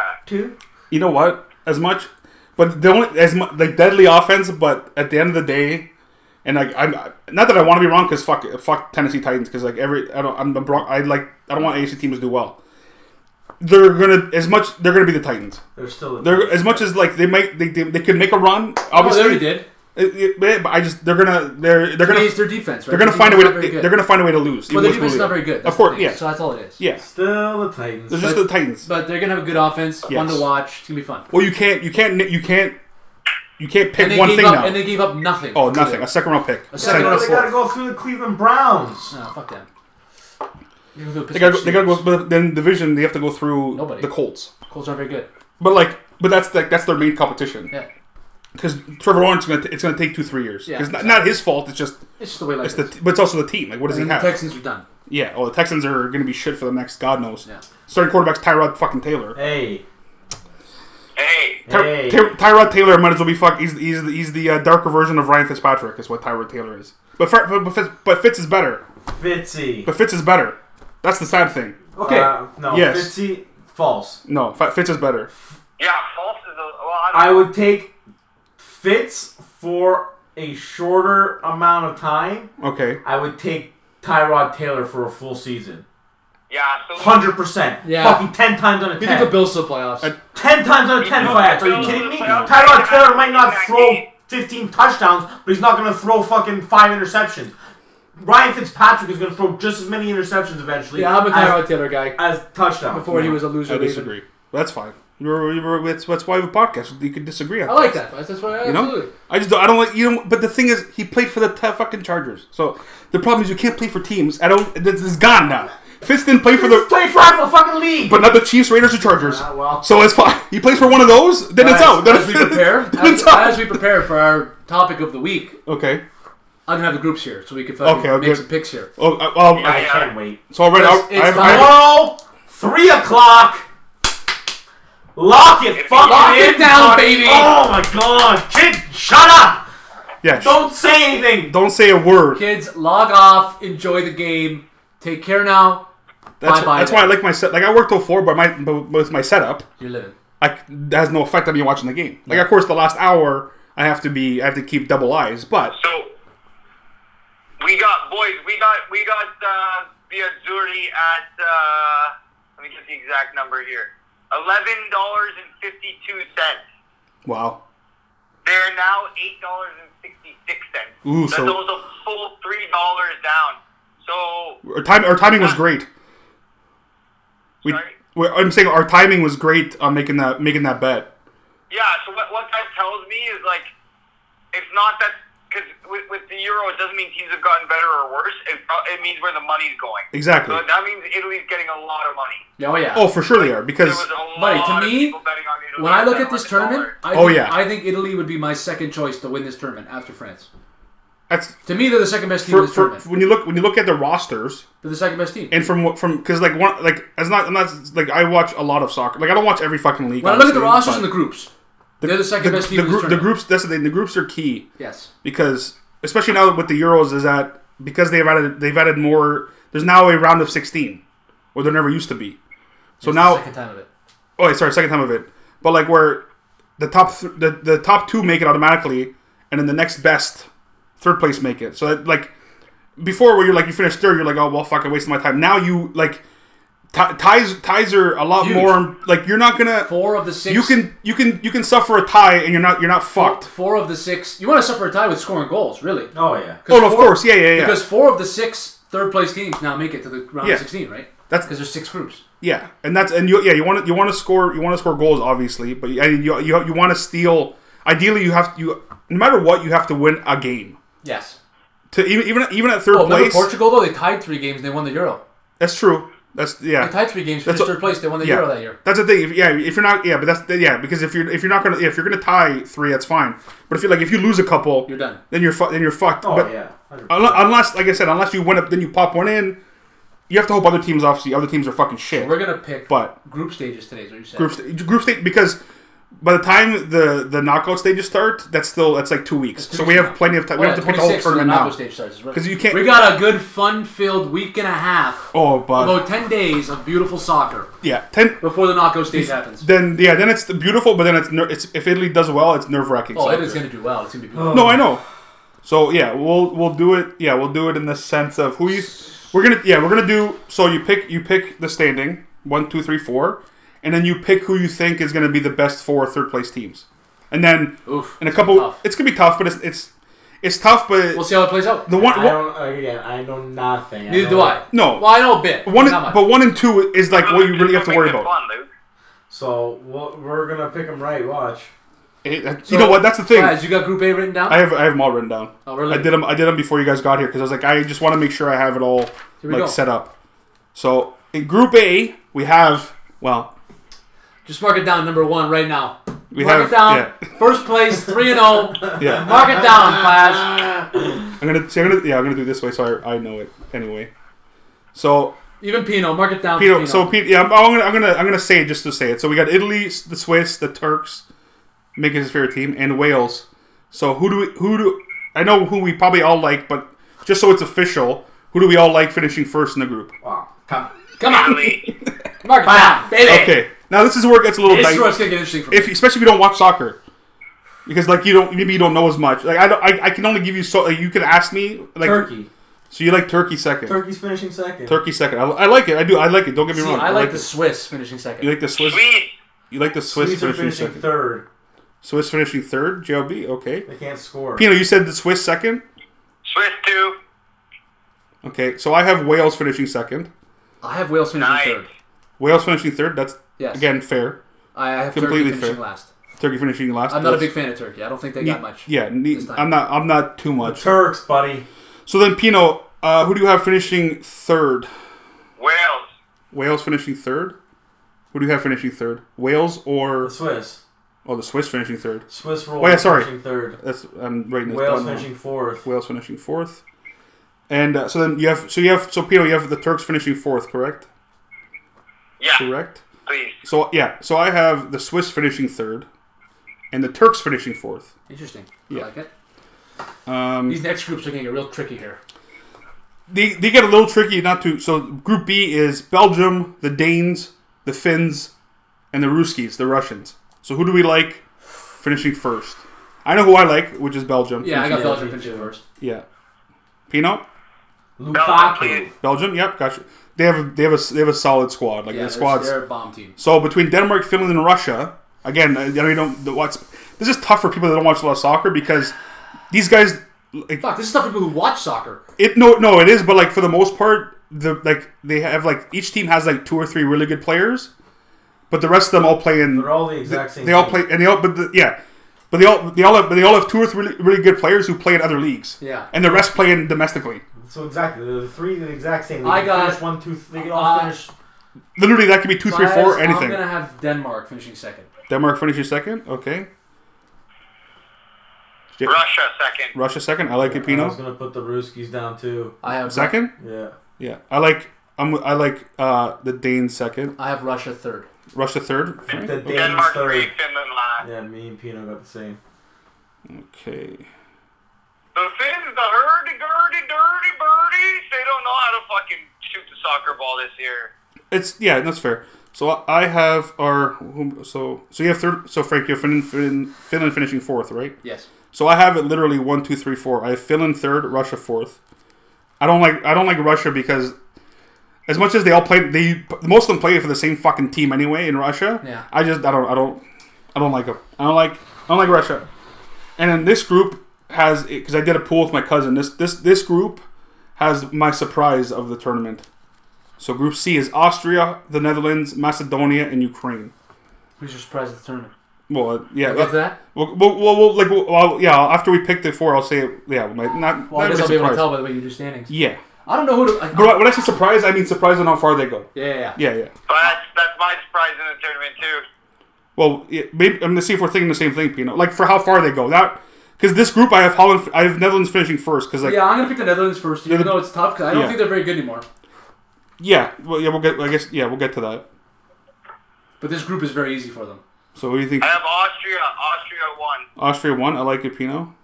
Two.
you know what? As much, but the only as much like deadly offense. But at the end of the day, and like I'm not that I want to be wrong because fuck fuck Tennessee Titans because like every I don't I'm the Bron- I like I don't want AFC teams to do well. They're gonna as much they're gonna be the Titans.
They're still.
They're as much as like they make they they, they could make a run.
Oh, they
Obviously,
already did.
It- it- but I just they're gonna they're they're gonna
It's their defense, right?
they're gonna
Their
find a way.
defense is not
To,
very good.
they're gonna find a way to lose.
But
even
their
with
defense is not
Julio.
very good.
Of
That's the
course,
thing.
yeah,
So that's all it is.
yeah.
still the Titans.
It's just the Titans.
But they're gonna have a good offense. Fun
Yes.
to watch. It's gonna be fun.
well, you can't you can't you can't you can't
And
pick
they
one
gave
thing
up,
now.
And they gave up nothing.
Oh, nothing. A second round pick.
A
they
second round
gotta,
pick.
they gotta go through the Cleveland Browns.
No, fuck them. They
They gotta, go, they gotta go. But then division, they have to go through
Nobody.
the Colts.
Colts aren't very good.
But like, but that's like that's their main competition.
Yeah.
Because Trevor Lawrence, gonna t- it's gonna take two three years.
Yeah,
'Cause it's not, not his fault. It's just
It's just the way life
it's the
is.
t- but it's also the team. Like, what does
And
he
the
have?
Texans are done.
yeah. Oh, the Texans are gonna be shit for the next god knows.
Yeah.
Starting quarterback's Tyrod fucking Taylor.
Hey,
Hey,
Ty-
hey.
Ty- Tyrod Taylor might as well be fuck. He's he's the, he's the uh, darker version of Ryan Fitzpatrick. Is what Tyrod Taylor is. But Fer- but, but Fitz, but Fitz is better.
Fitzy.
But Fitz is better. That's the sad thing.
Okay.
Uh, no,
Yes.
Fitzy, false.
No, F- Fitz is better.
yeah, false is a. Well, I, don't
I would take Fitz for a shorter amount of time.
Okay.
I would take Tyrod Taylor for a full season.
Yeah, so
Hundred percent.
Yeah.
Fucking ten times out of
You
ten.
think the Bills still playoffs?
ten times out of ten
No,
fights. Are
no,
you kidding
no,
me?
no.
Tyrod Taylor might not
Yeah,
throw
he-
fifteen touchdowns, but he's not gonna throw fucking five interceptions. Ryan Fitzpatrick is gonna throw just as many interceptions eventually.
yeah, I'm a
as,
Tyrod Taylor guy.
as touchdowns.
Before he was a loser.
I
Raven.
disagree. That's fine. You're, you're, that's, that's why we have a podcast. You can disagree.
I like that. That's what I
You know,
absolutely.
I just don't, I don't like you know. But the thing is, he played for the t- fucking Chargers. So the problem is you can't play for teams. I don't. This is gone now. Fitz didn't play for the,
play for the fucking league.
but not the Chiefs, Raiders, or Chargers.
Ah, well.
So it's fine. He plays for one of those, then it's
As-
out. Then
as we
it's-
prepare,
then
as,
it's out.
as we prepare for our topic of the week,
okay.
I'm gonna have the groups here so we can fucking
Okay, okay.
make some picks here.
Oh, uh, well,
I
yeah.
can't wait.
so already, I,
It's- it's
I, I,
Tomorrow,
not-
three o'clock. Lock it, fucking
Lock
it
in,
down,
fuck-
baby.
Oh my god, kid, shut up!
yeah. Don't,
Don't say anything.
say a word.
Kids, log off. Enjoy the game. Take care now.
That's,
bye-bye
that's
then.
why I like my set. Like I worked till four, but my but with my setup,
You're living.
I, that has no effect on me watching the game. Like of course, the last hour I have to be I have to keep double eyes, but
So we got boys. We got we got uh, Biazzurri at uh, let me get the exact number here. Eleven dollars and fifty two cents.
wow.
They're now eight dollars and sixty six cents.
Ooh,
That's
so-
almost a full three dollars down. So
Our time, our timing was great. We,
Sorry?
we- I'm saying our timing was great on making that making that bet.
yeah. So what what that tells me is like it's not that because with, with the euro it doesn't mean teams have gotten better or worse. It, it means where the money's going.
Exactly.
So that means Italy's getting a lot of money.
Oh yeah.
Oh, for sure they are
There
because
was a
Buddy, to
lot of
me,
people betting on Italy
when I look
at
at this
$700.
tournament, I
Oh,
think,
yeah.
I think Italy would be my second choice to win this tournament after France.
that's
To me, they're the second best team in
for,
this
for,
tournament.
when you look when you look at the rosters
they're the second best team.
and from what from because like one like it's not I'm not like I watch a lot of soccer. Like I don't watch every fucking league.
when I look at the
obviously,
rosters and the
but
groups, they're the second best team
the,
in this
group, the
tournament.
groups that's the thing. The groups are key
yes.
because especially now with the Euros is that because they've added they've added more. There's now a round of 16, where there never used to be. So now
Second time of it.
Oh, wait, sorry, second time of it. But like where the top th- the, the top two make it automatically, and then the next best third place make it. So that, like before, where you're like you finish third, you're like, oh well, fuck, I wasted my time. Now you like ti ties ties are a lot
Huge.
more like you're not gonna
Four of the six.
you can you can you can suffer a tie and you're not you're not fucked.
Four of the six. You want to suffer a tie with scoring goals, really?
Oh yeah.
Oh, of
four-
course, yeah, yeah, yeah,
Because four of the six third place teams now make it to the round
Yeah.
of 16, right?
That's-
because there's six groups.
yeah, and that's and you yeah you want to you want to score you want to score goals obviously, but you and you you, you want to steal. Ideally, you have you no matter what you have to win a game.
Yes.
To even even even at third
Oh, remember
place,
Portugal though they tied three games, they won the Euro.
That's true. That's yeah.
They tied three games,
That's
finished
a-
third place, they won the
yeah.
Euro that year.
That's the thing. If, yeah, if you're not yeah, but that's the, yeah because if you're if you're not gonna if you're gonna tie three, that's fine. But if you like if you lose a couple,
You're done.
Then you're fu- then you're fucked.
Oh
but
yeah.
unle- unless like I said, unless you win up, then you pop one in. You have to hope other teams obviously other teams are fucking shit.
We're gonna pick
But-
group stages today, is what you said.
group sta- group state because. By the time the the knockout stages start, that's still that's like two weeks.
Two
so
weeks
we
from
have
now.
plenty of time.
Oh,
we have
yeah,
to pick the whole
26 when the
tournament now.
knockout stage starts, is right.
'Cause you can't-
We got a good fun-filled week and a half.
Oh, but
About ten days of beautiful soccer
yeah, ten.
before the knockout stage happens.
Then yeah, then it's beautiful, but then it's ner- it's if Italy does well, it's nerve wracking.
Oh, it is gonna do well. It's gonna be beautiful.
No, I know. So yeah, we'll we'll do it. Yeah, we'll do it in the sense of who you. We're gonna yeah, we're gonna do. So you pick you pick the standing one, two, three, four, and then you pick who you think is gonna be the best four third place teams, and then
Oof,
in a
it's gonna
couple,
be tough.
it's gonna be tough, but it's it's it's tough, but
We'll see how it plays out.
the one.
I
one
don't like, again. I know nothing.
Neither
know-
do I.
No.
Well, I know a bit.
one,
not much.
but one and two is like what you really have to
Make
worry
it
about.
Fun, Luke.
So we'll, we're gonna pick him right. Watch.
It- that- you know what? That's the thing.
Guys, you got Group A written down.
I have I have them all written down.
Oh, really?
I did them I did them before you guys got here because I was like I just want to make sure I have it all
we
like
go.
set up. So in Group A we have well
Just mark it down, number one, right now.
we
mark
have
it down. First place, three and zero.
yeah yeah
Mark it down, Flash.
I'm gonna, so I'm gonna yeah I'm gonna do it this way so I, I know it anyway. So
Even Pino, mark it down. for
Pino,
Pino.
so Pete yeah I'm, I'm gonna I'm gonna I'm gonna say it just to say it. So we got Italy, the Swiss, the Turks, make it his favorite team, and Wales. So who do we who do I know who we probably all like, but just so it's official, who do we all like finishing first in the group?
Wow. Come.
come on,
Italy.
mark it down, baby.
Okay, now this is where it gets a little
This is
dicey.
where it's gonna get interesting for me.
if especially if you don't watch soccer, because like you don't maybe you don't know as much. Like I don't, I, I can only give you so like, you can ask me like
Turkey.
So you like Turkey second?
Turkey's finishing second.
Turkey second. I, I like it. I do. I like it. Don't get me
See,
wrong.
I like the
it.
Swiss finishing second.
You like the Swiss.
Sweet.
You like the Swiss
Swedes are
finishing
finishing
second.
third.
Swiss finishing third. JLB. Okay.
They can't score.
Pino, you said the Swiss second.
Swiss two.
Okay. So I have Wales finishing second.
I have Wales finishing
Nice.
third.
Wales finishing third. That's
Yes.
again fair.
I I have
Completely
Turkey finishing
fair.
last.
Turkey finishing last.
I'm not a
That's-
big fan of Turkey. I don't think they got much.
Yeah, ne-
this time.
I'm not. I'm not too much.
Turks, buddy.
So then, Pino, uh, who do you have finishing third?
Wales.
Wales finishing third. Who do you have finishing third? Wales or
The Swiss.
oh, the Swiss finishing third.
Swiss roll.
Oh, yeah, sorry.
Finishing third.
That's I'm writing this
Wales
down now.
finishing fourth.
Wales finishing fourth. And uh, so then you have so you have so Pino, you have the Turks finishing fourth, correct?
Yeah.
Correct.
Please.
So yeah, so I have the Swiss finishing third, and the Turks finishing fourth.
Interesting.
Yeah.
I like it.
Um,
These next groups are going to get real tricky here.
they they get a little tricky not to. So Group B is Belgium, the Danes, the Finns, and the Ruskies, the Russians. So who do we like finishing first? I know who I like, which is Belgium.
Yeah, I got
Yeah,
Belgium
me
finishing
too.
first.
yeah. Pino,
Belgium,
Lukaku.
please.
Belgium. Yep, gotcha. They have they have a they have a solid squad. Like the
Yeah, they're,
squads.
they're a bomb team.
So between Denmark, Finland, and Russia, again, I I know you don't the- watch. This is tough for people that don't watch a lot of soccer because these guys. Like,
Fuck, this is stuff people who watch soccer.
It no no it is, but like for the most part, the like they have like each team has like two or three really good players, but the rest of them all play in.
They're all the exact same.
They all
team.
play and they all but the, yeah, but they all they all have, but they all have two or three really, really good players who play in other leagues.
Yeah.
and the rest play in domestically.
So exactly, the three the exact same. They
I
can
got-
finish one, two, three. They can all
Uh,
finish.
Literally, that could be two, three, four,
Guys, I'm
anything.
going to have Denmark finishing second.
Denmark finishes second. Okay,
Russia second.
Russia second. I like it,
I was
Pino
gonna put the Ruskies down too.
I have
second.
Yeah.
Yeah, I like I'm I like uh the Danes second,
I have Russia third.
Russia third.
The
Right?
Danes
Denmark three.
third.
Finland last.
Yeah, me and Pino got the same.
Okay,
The Finns, the hurdy gurdy dirty birdies. They don't know how to fucking shoot the soccer ball this year.
it's yeah, that's fair. So I I have our whom- so so you have third. So Frank, you have Finland, Finland, Finland finishing fourth, right?
Yes.
So I have it literally one, two, three, four. I have Finland third, Russia fourth. I don't like I don't like Russia because as much as they all play, they most of them play for the same fucking team anyway in Russia.
Yeah.
I just I don't I don't I don't like them. I don't like I don't like Russia. And then this group has because I did a pool with my cousin. This this this group has my surprise of the tournament. So Group C is Austria, the Netherlands, Macedonia, and Ukraine.
Who's your surprise of the tournament?
Well, uh, yeah,
After that,
well, well, well, well like, well, well, yeah. After we picked the four, I'll say, it- yeah, my, not.
well, I
not really
guess I'll be able to
surprised.
tell by the way you do standings.
Yeah,
I don't know who to. I,
but when I say surprise, I mean surprise on how far they go.
yeah, yeah, yeah.
Yeah, yeah.
But that's, that's my surprise in the tournament too.
Well, yeah, maybe I'm gonna see if we're thinking the same thing, Pino. Like for how far they go. That because this group, I have Holland, I have Netherlands finishing first. Because like, yeah.
Yeah, I'm gonna pick the Netherlands first, even
Yeah.
though it's tough because I don't
Yeah.
think they're very good anymore.
well, yeah, we'll get. I guess, yeah, we'll get to that.
But this group is very easy for them.
So, what do you think?
I have Austria. Austria one.
Austria one. I like it, Pino.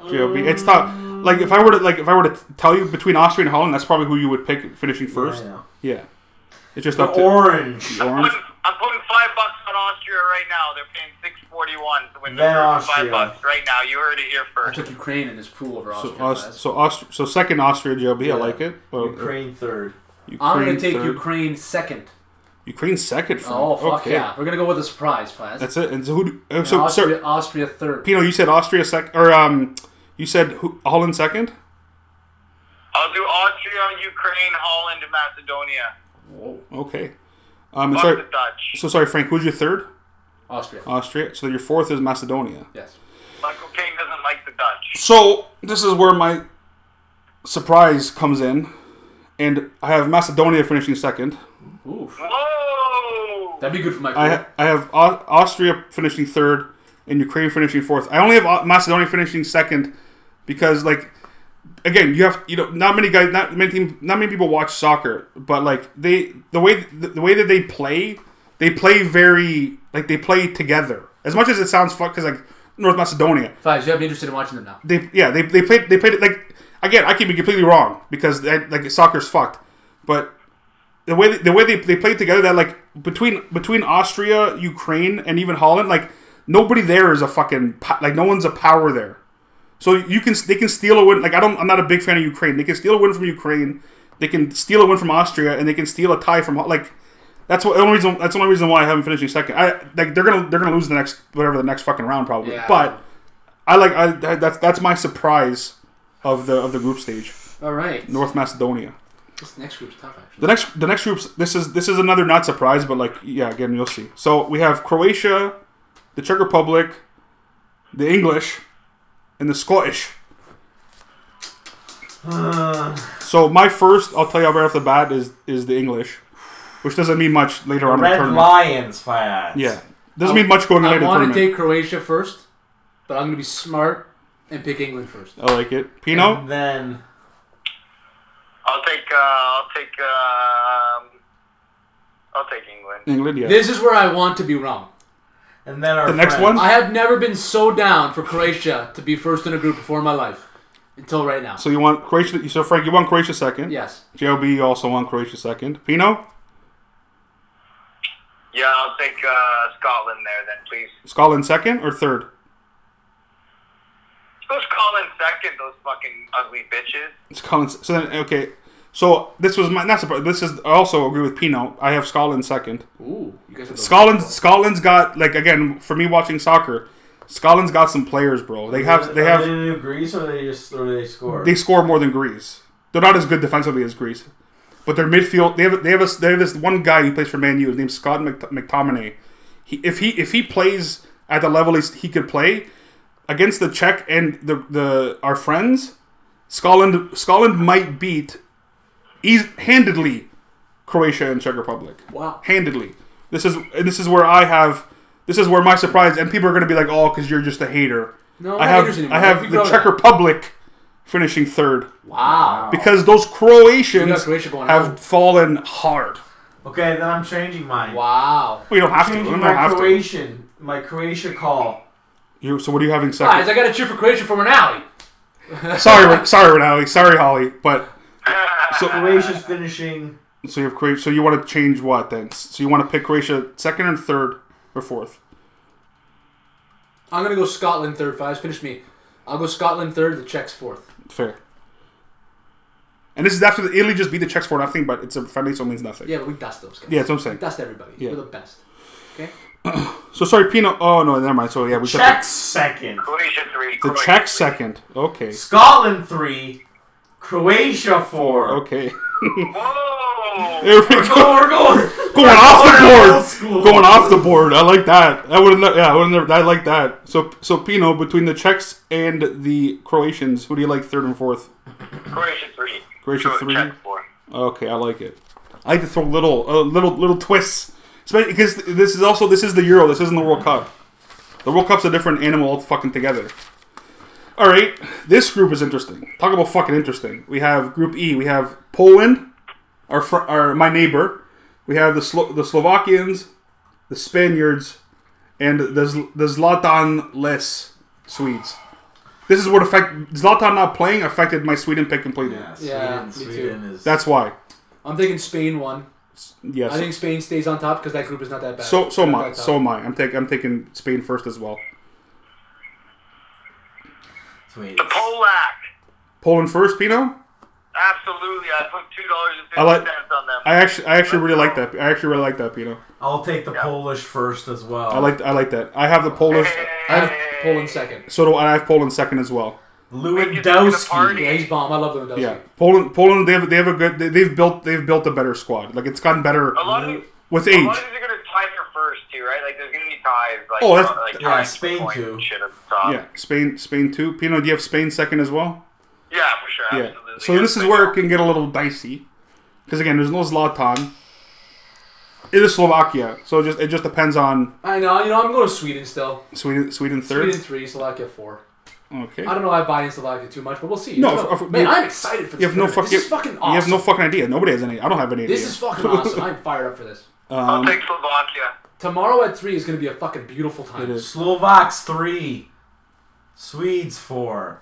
uh,
GOB. It's tough. Like if I were to like if I were to tell you between Austria and Holland, that's probably who you would pick finishing first.
I know.
Yeah, it's just
The
up to
orange.
I'm
orange.
putting, I'm putting five bucks on Austria right now. They're paying six forty one to win the
Then
first
Austria.
five bucks right now. You heard it here
I
first.
took Ukraine in this pool over
So,
Austria.
Aust-
guys.
so, Aust- so second Austria, JLB. I like it. Well,
Ukraine third.
I'm gonna take
third.
Ukraine second.
Ukraine second. Frank.
Oh fuck yeah! We're gonna go with a surprise, Faz.
That's it. And so, who do, uh,
And
so
Austria,
sir,
Austria third.
Pino, you said Austria second, or um, you said who, Holland second.
I'll do Austria, Ukraine, Holland, and Macedonia.
Okay. Um, and
Fuck
sorry,
the Dutch.
so sorry, Frank. Who's your third?
Austria.
Austria. So then your fourth is Macedonia.
yes.
Michael King doesn't like the Dutch.
So this is where my surprise comes in, and I have Macedonia finishing second.
Ooh,
Whoa!
that'd be good for my. Pool.
I I have Au- Austria finishing third and Ukraine finishing fourth. I only have Au- Macedonia finishing second because like again you have you know not many guys not many team, not many people watch soccer but like they the way the, the way that they play they play very like they play together as much as it sounds fuck because like North Macedonia
Faz, you have me interested in watching them now.
they yeah they they played they played it like again I could be completely wrong because they, like soccer's fucked, but the way the way they, they played together that like between between Austria, Ukraine, and even Holland like nobody there is a fucking po- like no one's a power there. So you can they can steal a win. Like I don't, I'm not a big fan of Ukraine. They can steal a win from Ukraine. They can steal a win from Austria, and they can steal a tie from like. That's what the only reason. That's the only reason why I haven't finished in second. I like they're gonna they're gonna lose the next whatever the next fucking round probably.
Yeah.
But I like I that- that's that's my surprise of the of the group stage.
All right.
North Macedonia.
This next group's tough, actually.
The next the next groups this is this is another not surprise, but like yeah, again you'll see. So we have Croatia, the Czech Republic, the English, and the Scottish. so my first, I'll tell you right off the bat, is is the English, which doesn't mean much later on in the
Red
tournament.
Lions fire.
Yeah, doesn't mean much going on
I
in the
want
tournament.
to take Croatia first, but I'm going to be smart and pick England first.
I like it, Pino.
And then
I'll take. Uh, I'll take. Um, I'll take England.
England, yeah.
This is where I want to be wrong.
and then our
The next
friends.
one?
I have never been so down for Croatia to be first in a group before in my life, until right now.
so you want Croatia? So Frank, you want Croatia second?
yes.
Job also want Croatia second. Pino,
Yeah, I'll take uh, Scotland there then, please.
Scotland second or third?
Go Scotland second. Those fucking ugly bitches.
It's Scotland. So then, okay. So this was my not surprised. This is I also agree with Pino. I have Scotland second.
Ooh, you guys are
Scotland. Scotland's got like again for me watching soccer. Scotland's got some players, bro. They have. They
Are they
have.
new Greece or they just or they score?
They score more than Greece. They're not as good defensively as Greece, but their midfield. They have. They have. A, they have this one guy who plays for Man U. His name's Scott Mc, McTominay. He, if he if he plays at the level he's, he could play against the Czech and the the our friends, Scotland Scotland might beat eas handedly Croatia and Czech Republic.
Wow.
Handedly. This is and this is where I have this is where my surprise and people are going to be like, "Oh, cuz you're just a hater."
No, I'm
I
not
have
haters anymore.
I
We
have the
grow
Czech
that.
Republic finishing 3rd
Wow.
because those
We got
Croatians
Croatia going
have
home.
fallen hard.
okay, then I'm changing mine.
Wow.
We don't have to. We
Changing
don't
my
have to.
Croatian, my Croatia call.
You, so what are you having second?
Guys, I got to cheer for Croatia for an alley.
sorry, Ren- sorry, Renali. Sorry, Holly. But
Croatia's finishing.
so you have Croatia. So you want to change what then? So you want to pick Croatia second and third or fourth?
I'm going to go Scotland third, Fives. Finish me. I'll go Scotland third, the Czechs fourth.
Fair. And this is after the Italy just beat the Czechs for nothing, but it's a friendly, so it means nothing.
Yeah, but we dust those guys.
Yeah, that's what I'm saying.
Dust everybody.
Yeah.
We're the best. Okay?
So sorry, Pino. Oh no, never mind. So yeah, we took
Czech second.
Croatia three.
the, the
Croatia
Czech
three.
second. Okay,
Scotland three. Croatia four.
okay.
Whoa.
Here we go.
We're going.
Going
old
off the
school.
board. Going off the board. I like that. I would have. Yeah, I would have. I like that. So so Pino between the Czechs and the Croatians, who do you like third and fourth?
Croatia three.
Croatia
Czech
three.
four.
Okay, I like it. I like to throw little, uh, little, little twists, especially because this is also this is the Euro. This isn't the World Cup. The World Cup's a different animal all fucking together. All right, this group is interesting. Talk about fucking interesting. We have Group E. We have Poland, our fr- our my neighbor. We have the Slo- the Slovakians, the Spaniards, and the Zl- the Zlatan less Swedes. This is what affect Zlatan not playing affected my Sweden pick completely.
Yeah, me too.
is.
That's why.
I'm thinking Spain won.
Yes.
I think Spain stays on top because that group is not that bad.
So so
Not
am
that
I.
tough.
So am I. I'm taking I'm taking Spain first as well.
Wait.
The Polak.
Poland first, Pino.
Absolutely. I put two dollars and
I like-
fifty cents on them.
I actually I actually really like that. I actually really like that, Pino.
I'll take the Polish first as well.
I like I like that. I have the Polish.
I have Poland second.
So do I. I have Poland second as well.
We're just gonna
Lewandowski.
party.
Yeah, he's bomb. I love Lewandowski.
Yeah, Poland. Poland. They have they have a good. They, they've built they've built a better squad. Like it's gotten better
A lot of these,
with
a
age.
lot of these are gonna tie for first too, right? Like there's gonna be ties. Like,
Oh, that's-
uh, like
yeah,
ties for
Spain
points
too.
and Shit at the top.
Yeah, Spain Spain two. Pino, do you have Spain second as well?
Yeah, for sure.
Yeah.
Absolutely.
So this is where it can get a little dicey, because again, there's no Zlatan. It is Slovakia, so it just it just depends on
I know. You know, I'm going to Sweden still.
Sweden Sweden third.
Sweden three, Slovakia four.
Okay.
I don't know. why I buy in Slovakia too much, but we'll see.
No,
It's
of-
about-
of-
man,
you-
I'm excited for this.
You have no
tournament.
fucking.
This is fucking awesome.
You have no fucking idea. Nobody has any. I don't have any.
This
idea.
is fucking awesome. I'm fired up for this.
I'll take Slovakia.
Tomorrow at three is going to be a fucking beautiful time.
is.
Slovaks three. Swedes four.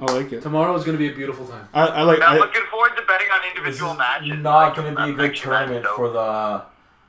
I like it.
Tomorrow is going to be a beautiful time.
I, I like.
I'm
I,
looking forward to betting on
This is
individual matches.
not going to
I'm
be a good
picking that,
tournament
though.
for the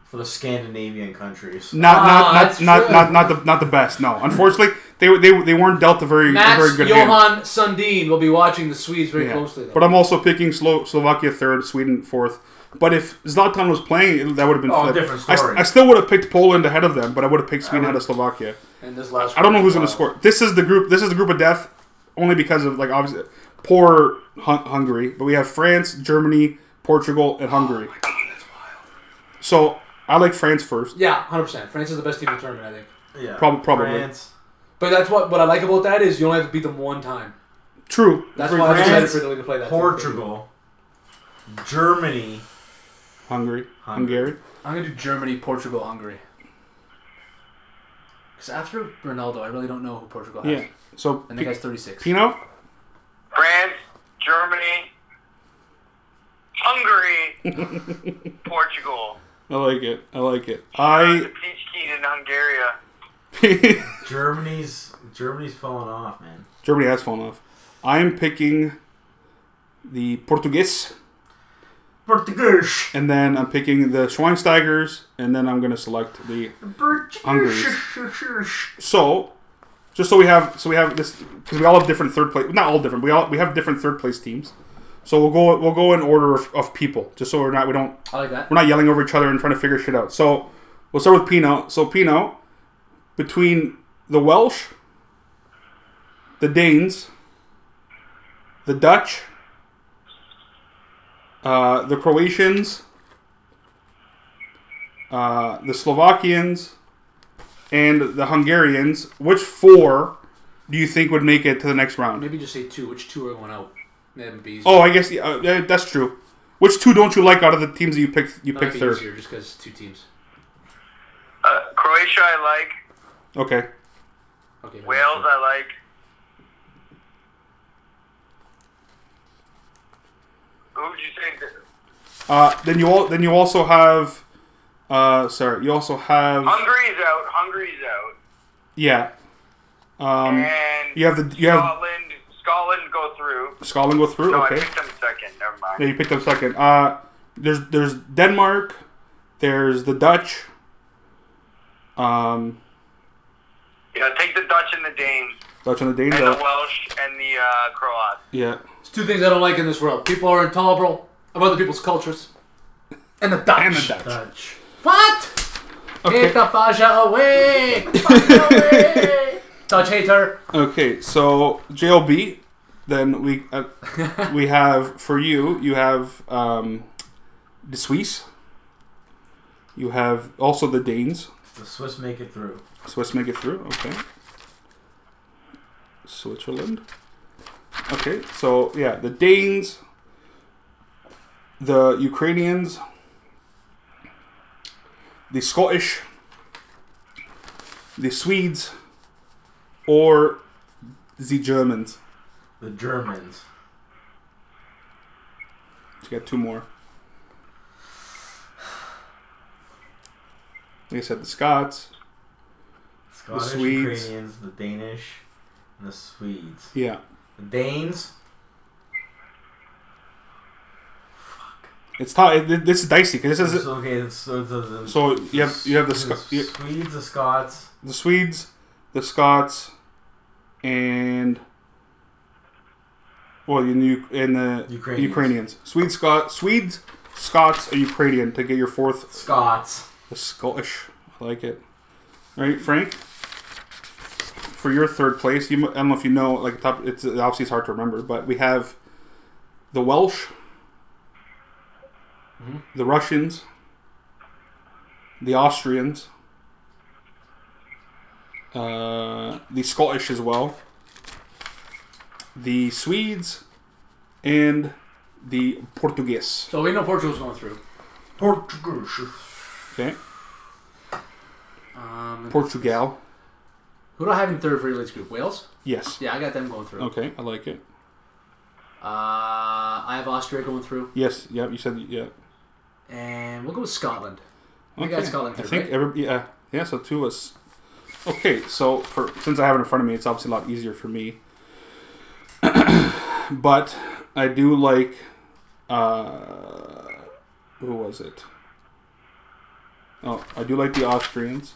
for the Scandinavian countries.
Not
Ah,
not
that's
not,
true.
not not not the not the best. No, unfortunately, they were- they were- they weren't dealt a very a very
Max
good hand.
Johan Sundin will be watching the Swedes very
Yeah.
closely. Though.
But I'm also picking Slo- Slovakia third, Sweden fourth. But if Zlatan was playing, it- that would have been
Oh,
flipped.
different
I s-
story.
I, still would have picked Poland ahead of them, but I would have picked Sweden ahead of Slovakia.
and this last
I don't know
one
who's
as
going to
well.
score. This is the group. This is the group of death, only because of like obviously poor hun- Hungary. But we have France, Germany, Portugal, and
Oh
Hungary. So I like France first.
Yeah, hundred percent. France is the best team in the tournament, I think.
Yeah.
Prob- probably.
France.
But that's what what I like about that is you only have to beat them one time.
True.
That's
Free-
why I'm
France,
excited for Italy to play that. team.
Portugal. Germany.
Hungary,
Hungary.
Hungary.
I'm gonna do Germany, Portugal, Hungary. Because after Ronaldo, I really don't know who Portugal has.
Yeah. So
And the
P-
guy's 36.
Pino.
France, Germany, Hungary, Portugal.
I like it. I like it. I.
The peach key in Hungary.
Germany's Germany's falling off, man.
Germany has fallen off. I am picking the Portuguese,
Portuguese.
and then I'm picking the Schweinsteigers, and then I'm going to select the Hungaries. So, just so we have, so we have this because we all have different third place. Not all different. We all we have different third place teams. So we'll go we'll go in order of, of people, just so we're not we don't
I like that.
we're not yelling over each other and trying to figure shit out. So we'll start with Pino. So Pino, between the Welsh, the Danes, the Dutch, uh, the Croatians, uh, the Slovakians, and the Hungarians, which four do you think would make it to the next round?
Maybe just say two. Which two are going out? That would be easier.
Oh, I guess yeah, uh, yeah, that's true. Which two don't you like out of the teams that you picked? You
That
picked
might
third.
be easier just because two teams.
Uh, Croatia, I like.
Okay.
Okay. maybe
Wales,
two.
I like. Who would you say? that-
Uh, then you all then you also have uh sorry, you also have
Hungary's out. Hungary's out.
yeah. Um
And
you have the you have
Scotland. Scotland go through.
Scotland go through,
No, I
okay.
picked them second. Never mind.
Yeah, you picked up second. Uh there's there's Denmark, there's the Dutch. Um
Yeah, take the Dutch and the Danes,
Dutch and the Danes
and the
out.
Welsh and the uh, Croats.
Yeah.
It's two things I don't like in this world. People are intolerable of other people's cultures. And the Dutch.
And the Dutch.
Dutch.
What?
Okay.
Get the Faja away! Faja away! Dutch hater.
Okay, so JLB, then we uh, we have for you. You have um, the Swiss. You have also the Danes.
The Swiss make it through.
So let's make it through. Okay. Switzerland. Okay, so yeah, the Danes, the Ukrainians, the Scottish, the Swedes, or the Germans.
The Germans.
So you got two more. Like I said, the Scots.
Scottish,
Swedes.
Ukrainians, the Danish, and the Swedes.
Yeah.
The Danes.
It's tough. This is dicey because this is
So, okay, it's- so, the, the,
So you have- you have the Sc- you-
Swedes, the Scots,
the Swedes, the Scots, and well, in the, Uk- and the
Ukrainians.
Ukrainians. Swedes, Scot, Swedes, Scots, or Ukrainian to get your fourth.
Scots.
The Scottish, I like it. All right, Frank. For your third place, you, mu- I don't know if you know, like top. It's obviously it's hard to remember, but we have the Welsh, the Russians, the Austrians, uh, the Scottish as well, the Swedes, and the Portuguese.
So we know Portugal's going through.
Portugal.
Okay,
Um,
Portugal.
who do I have in third for your latest group? Wales?
Yes.
Yeah, I got them going through.
Okay, I like it.
Uh, I have Austria going through,
Yes. Yeah. You said yeah.
and we'll go with Scotland.
Okay.
got Scotland
I
third,
think
right?
every yeah yeah. So two of us. Okay. So for since I have it in front of me, it's obviously a lot easier for me. but I do like. Uh, who was it? Oh, I do like the Austrians.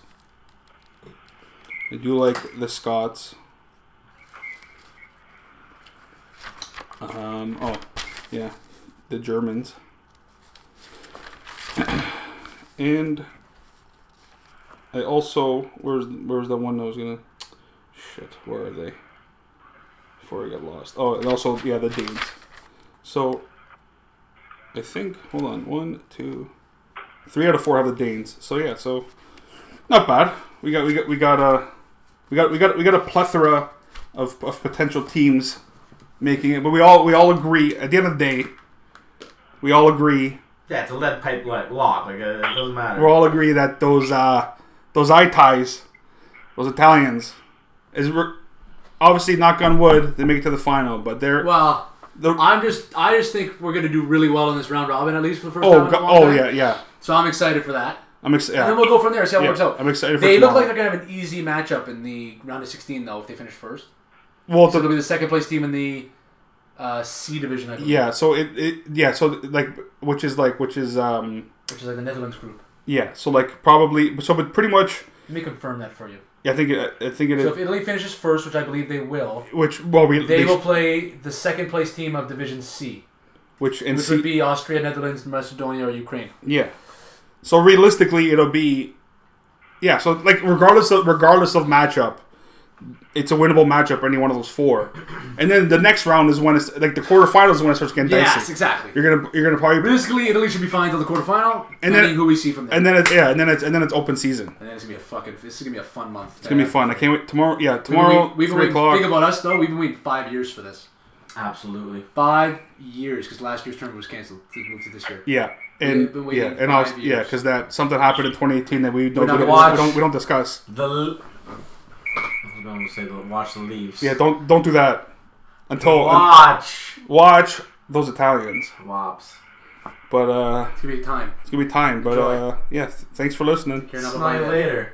I do like the Scots. Um, oh, yeah, the Germans. and I also where's where's that one I was gonna shit where are they before I get lost oh and also yeah the Danes so I think hold on one two three out of four have the Danes so yeah so not bad we got we got we got uh we got we got we got a plethora of, of potential teams making it but we all we all agree at the end of the day we all agree
Yeah, it's a lead pipe like lock. Like uh, it doesn't matter.
we all agree that those uh, those eye ties, those Italians, is re- obviously knock on wood they make it to the final, but they're
Well,
the-
I'm just I just think we're gonna do really well in this round robin at least for the first time.
oh
in a
go-
long
oh
time.
yeah yeah
So I'm excited for that.
I'm ex- yeah.
And then we'll go from there. See how
Yeah,
it works out.
I'm excited for
They look
tomorrow.
like they're gonna have an easy matchup in the round of 16 though if they finish first.
well
So
so-
it'll be the second place team in the uh, C division, I believe,
yeah so it, it yeah so like which is like which is um
which is like the Netherlands group.
yeah so like probably so but pretty much
Let me confirm that for you.
yeah, I think it, I think it is
So if Italy finishes first, which I believe they will,
which well we
they
they-
will play the second place team of Division C,
which and
which
see,
would be Austria, Netherlands, Macedonia, or Ukraine.
yeah so realistically it'll be yeah so like regardless of regardless of matchup it's a winnable matchup for any one of those four and then the next round is when it's like the quarterfinals is when it starts getting
Yes,
dicey
exactly.
you're gonna you're gonna probably
Basically, Italy should be fine until the quarterfinal,
And
and
then-
then who we see from there.
and then it's yeah and then it's and then it's open season
And then it's gonna be a fucking. This is gonna be a fun month. It's
it's gonna be fun I can't wait tomorrow yeah
Tomorrow,
tomorrow
we've been
three
waiting, think
o'clock
about us though. We've been waiting five years for this.
Absolutely.
Five years because last year's tournament was canceled. It moved to this year.
yeah
We've
and
been waiting
yeah and I was,
five
yeah
years.
because that something happened in 2018 that we don't we don't,
not
we
gonna watch.
don't we don't discuss
The. L- I was going to say the watch the leaves.
yeah don't don't do that until
Watch.
watch those Italians
Wops.
but uh.
It's gonna be a time.
It's gonna be time, but
Enjoy.
uh, yeah, th- thanks for listening.
Care enough
See
about
you
that.
later.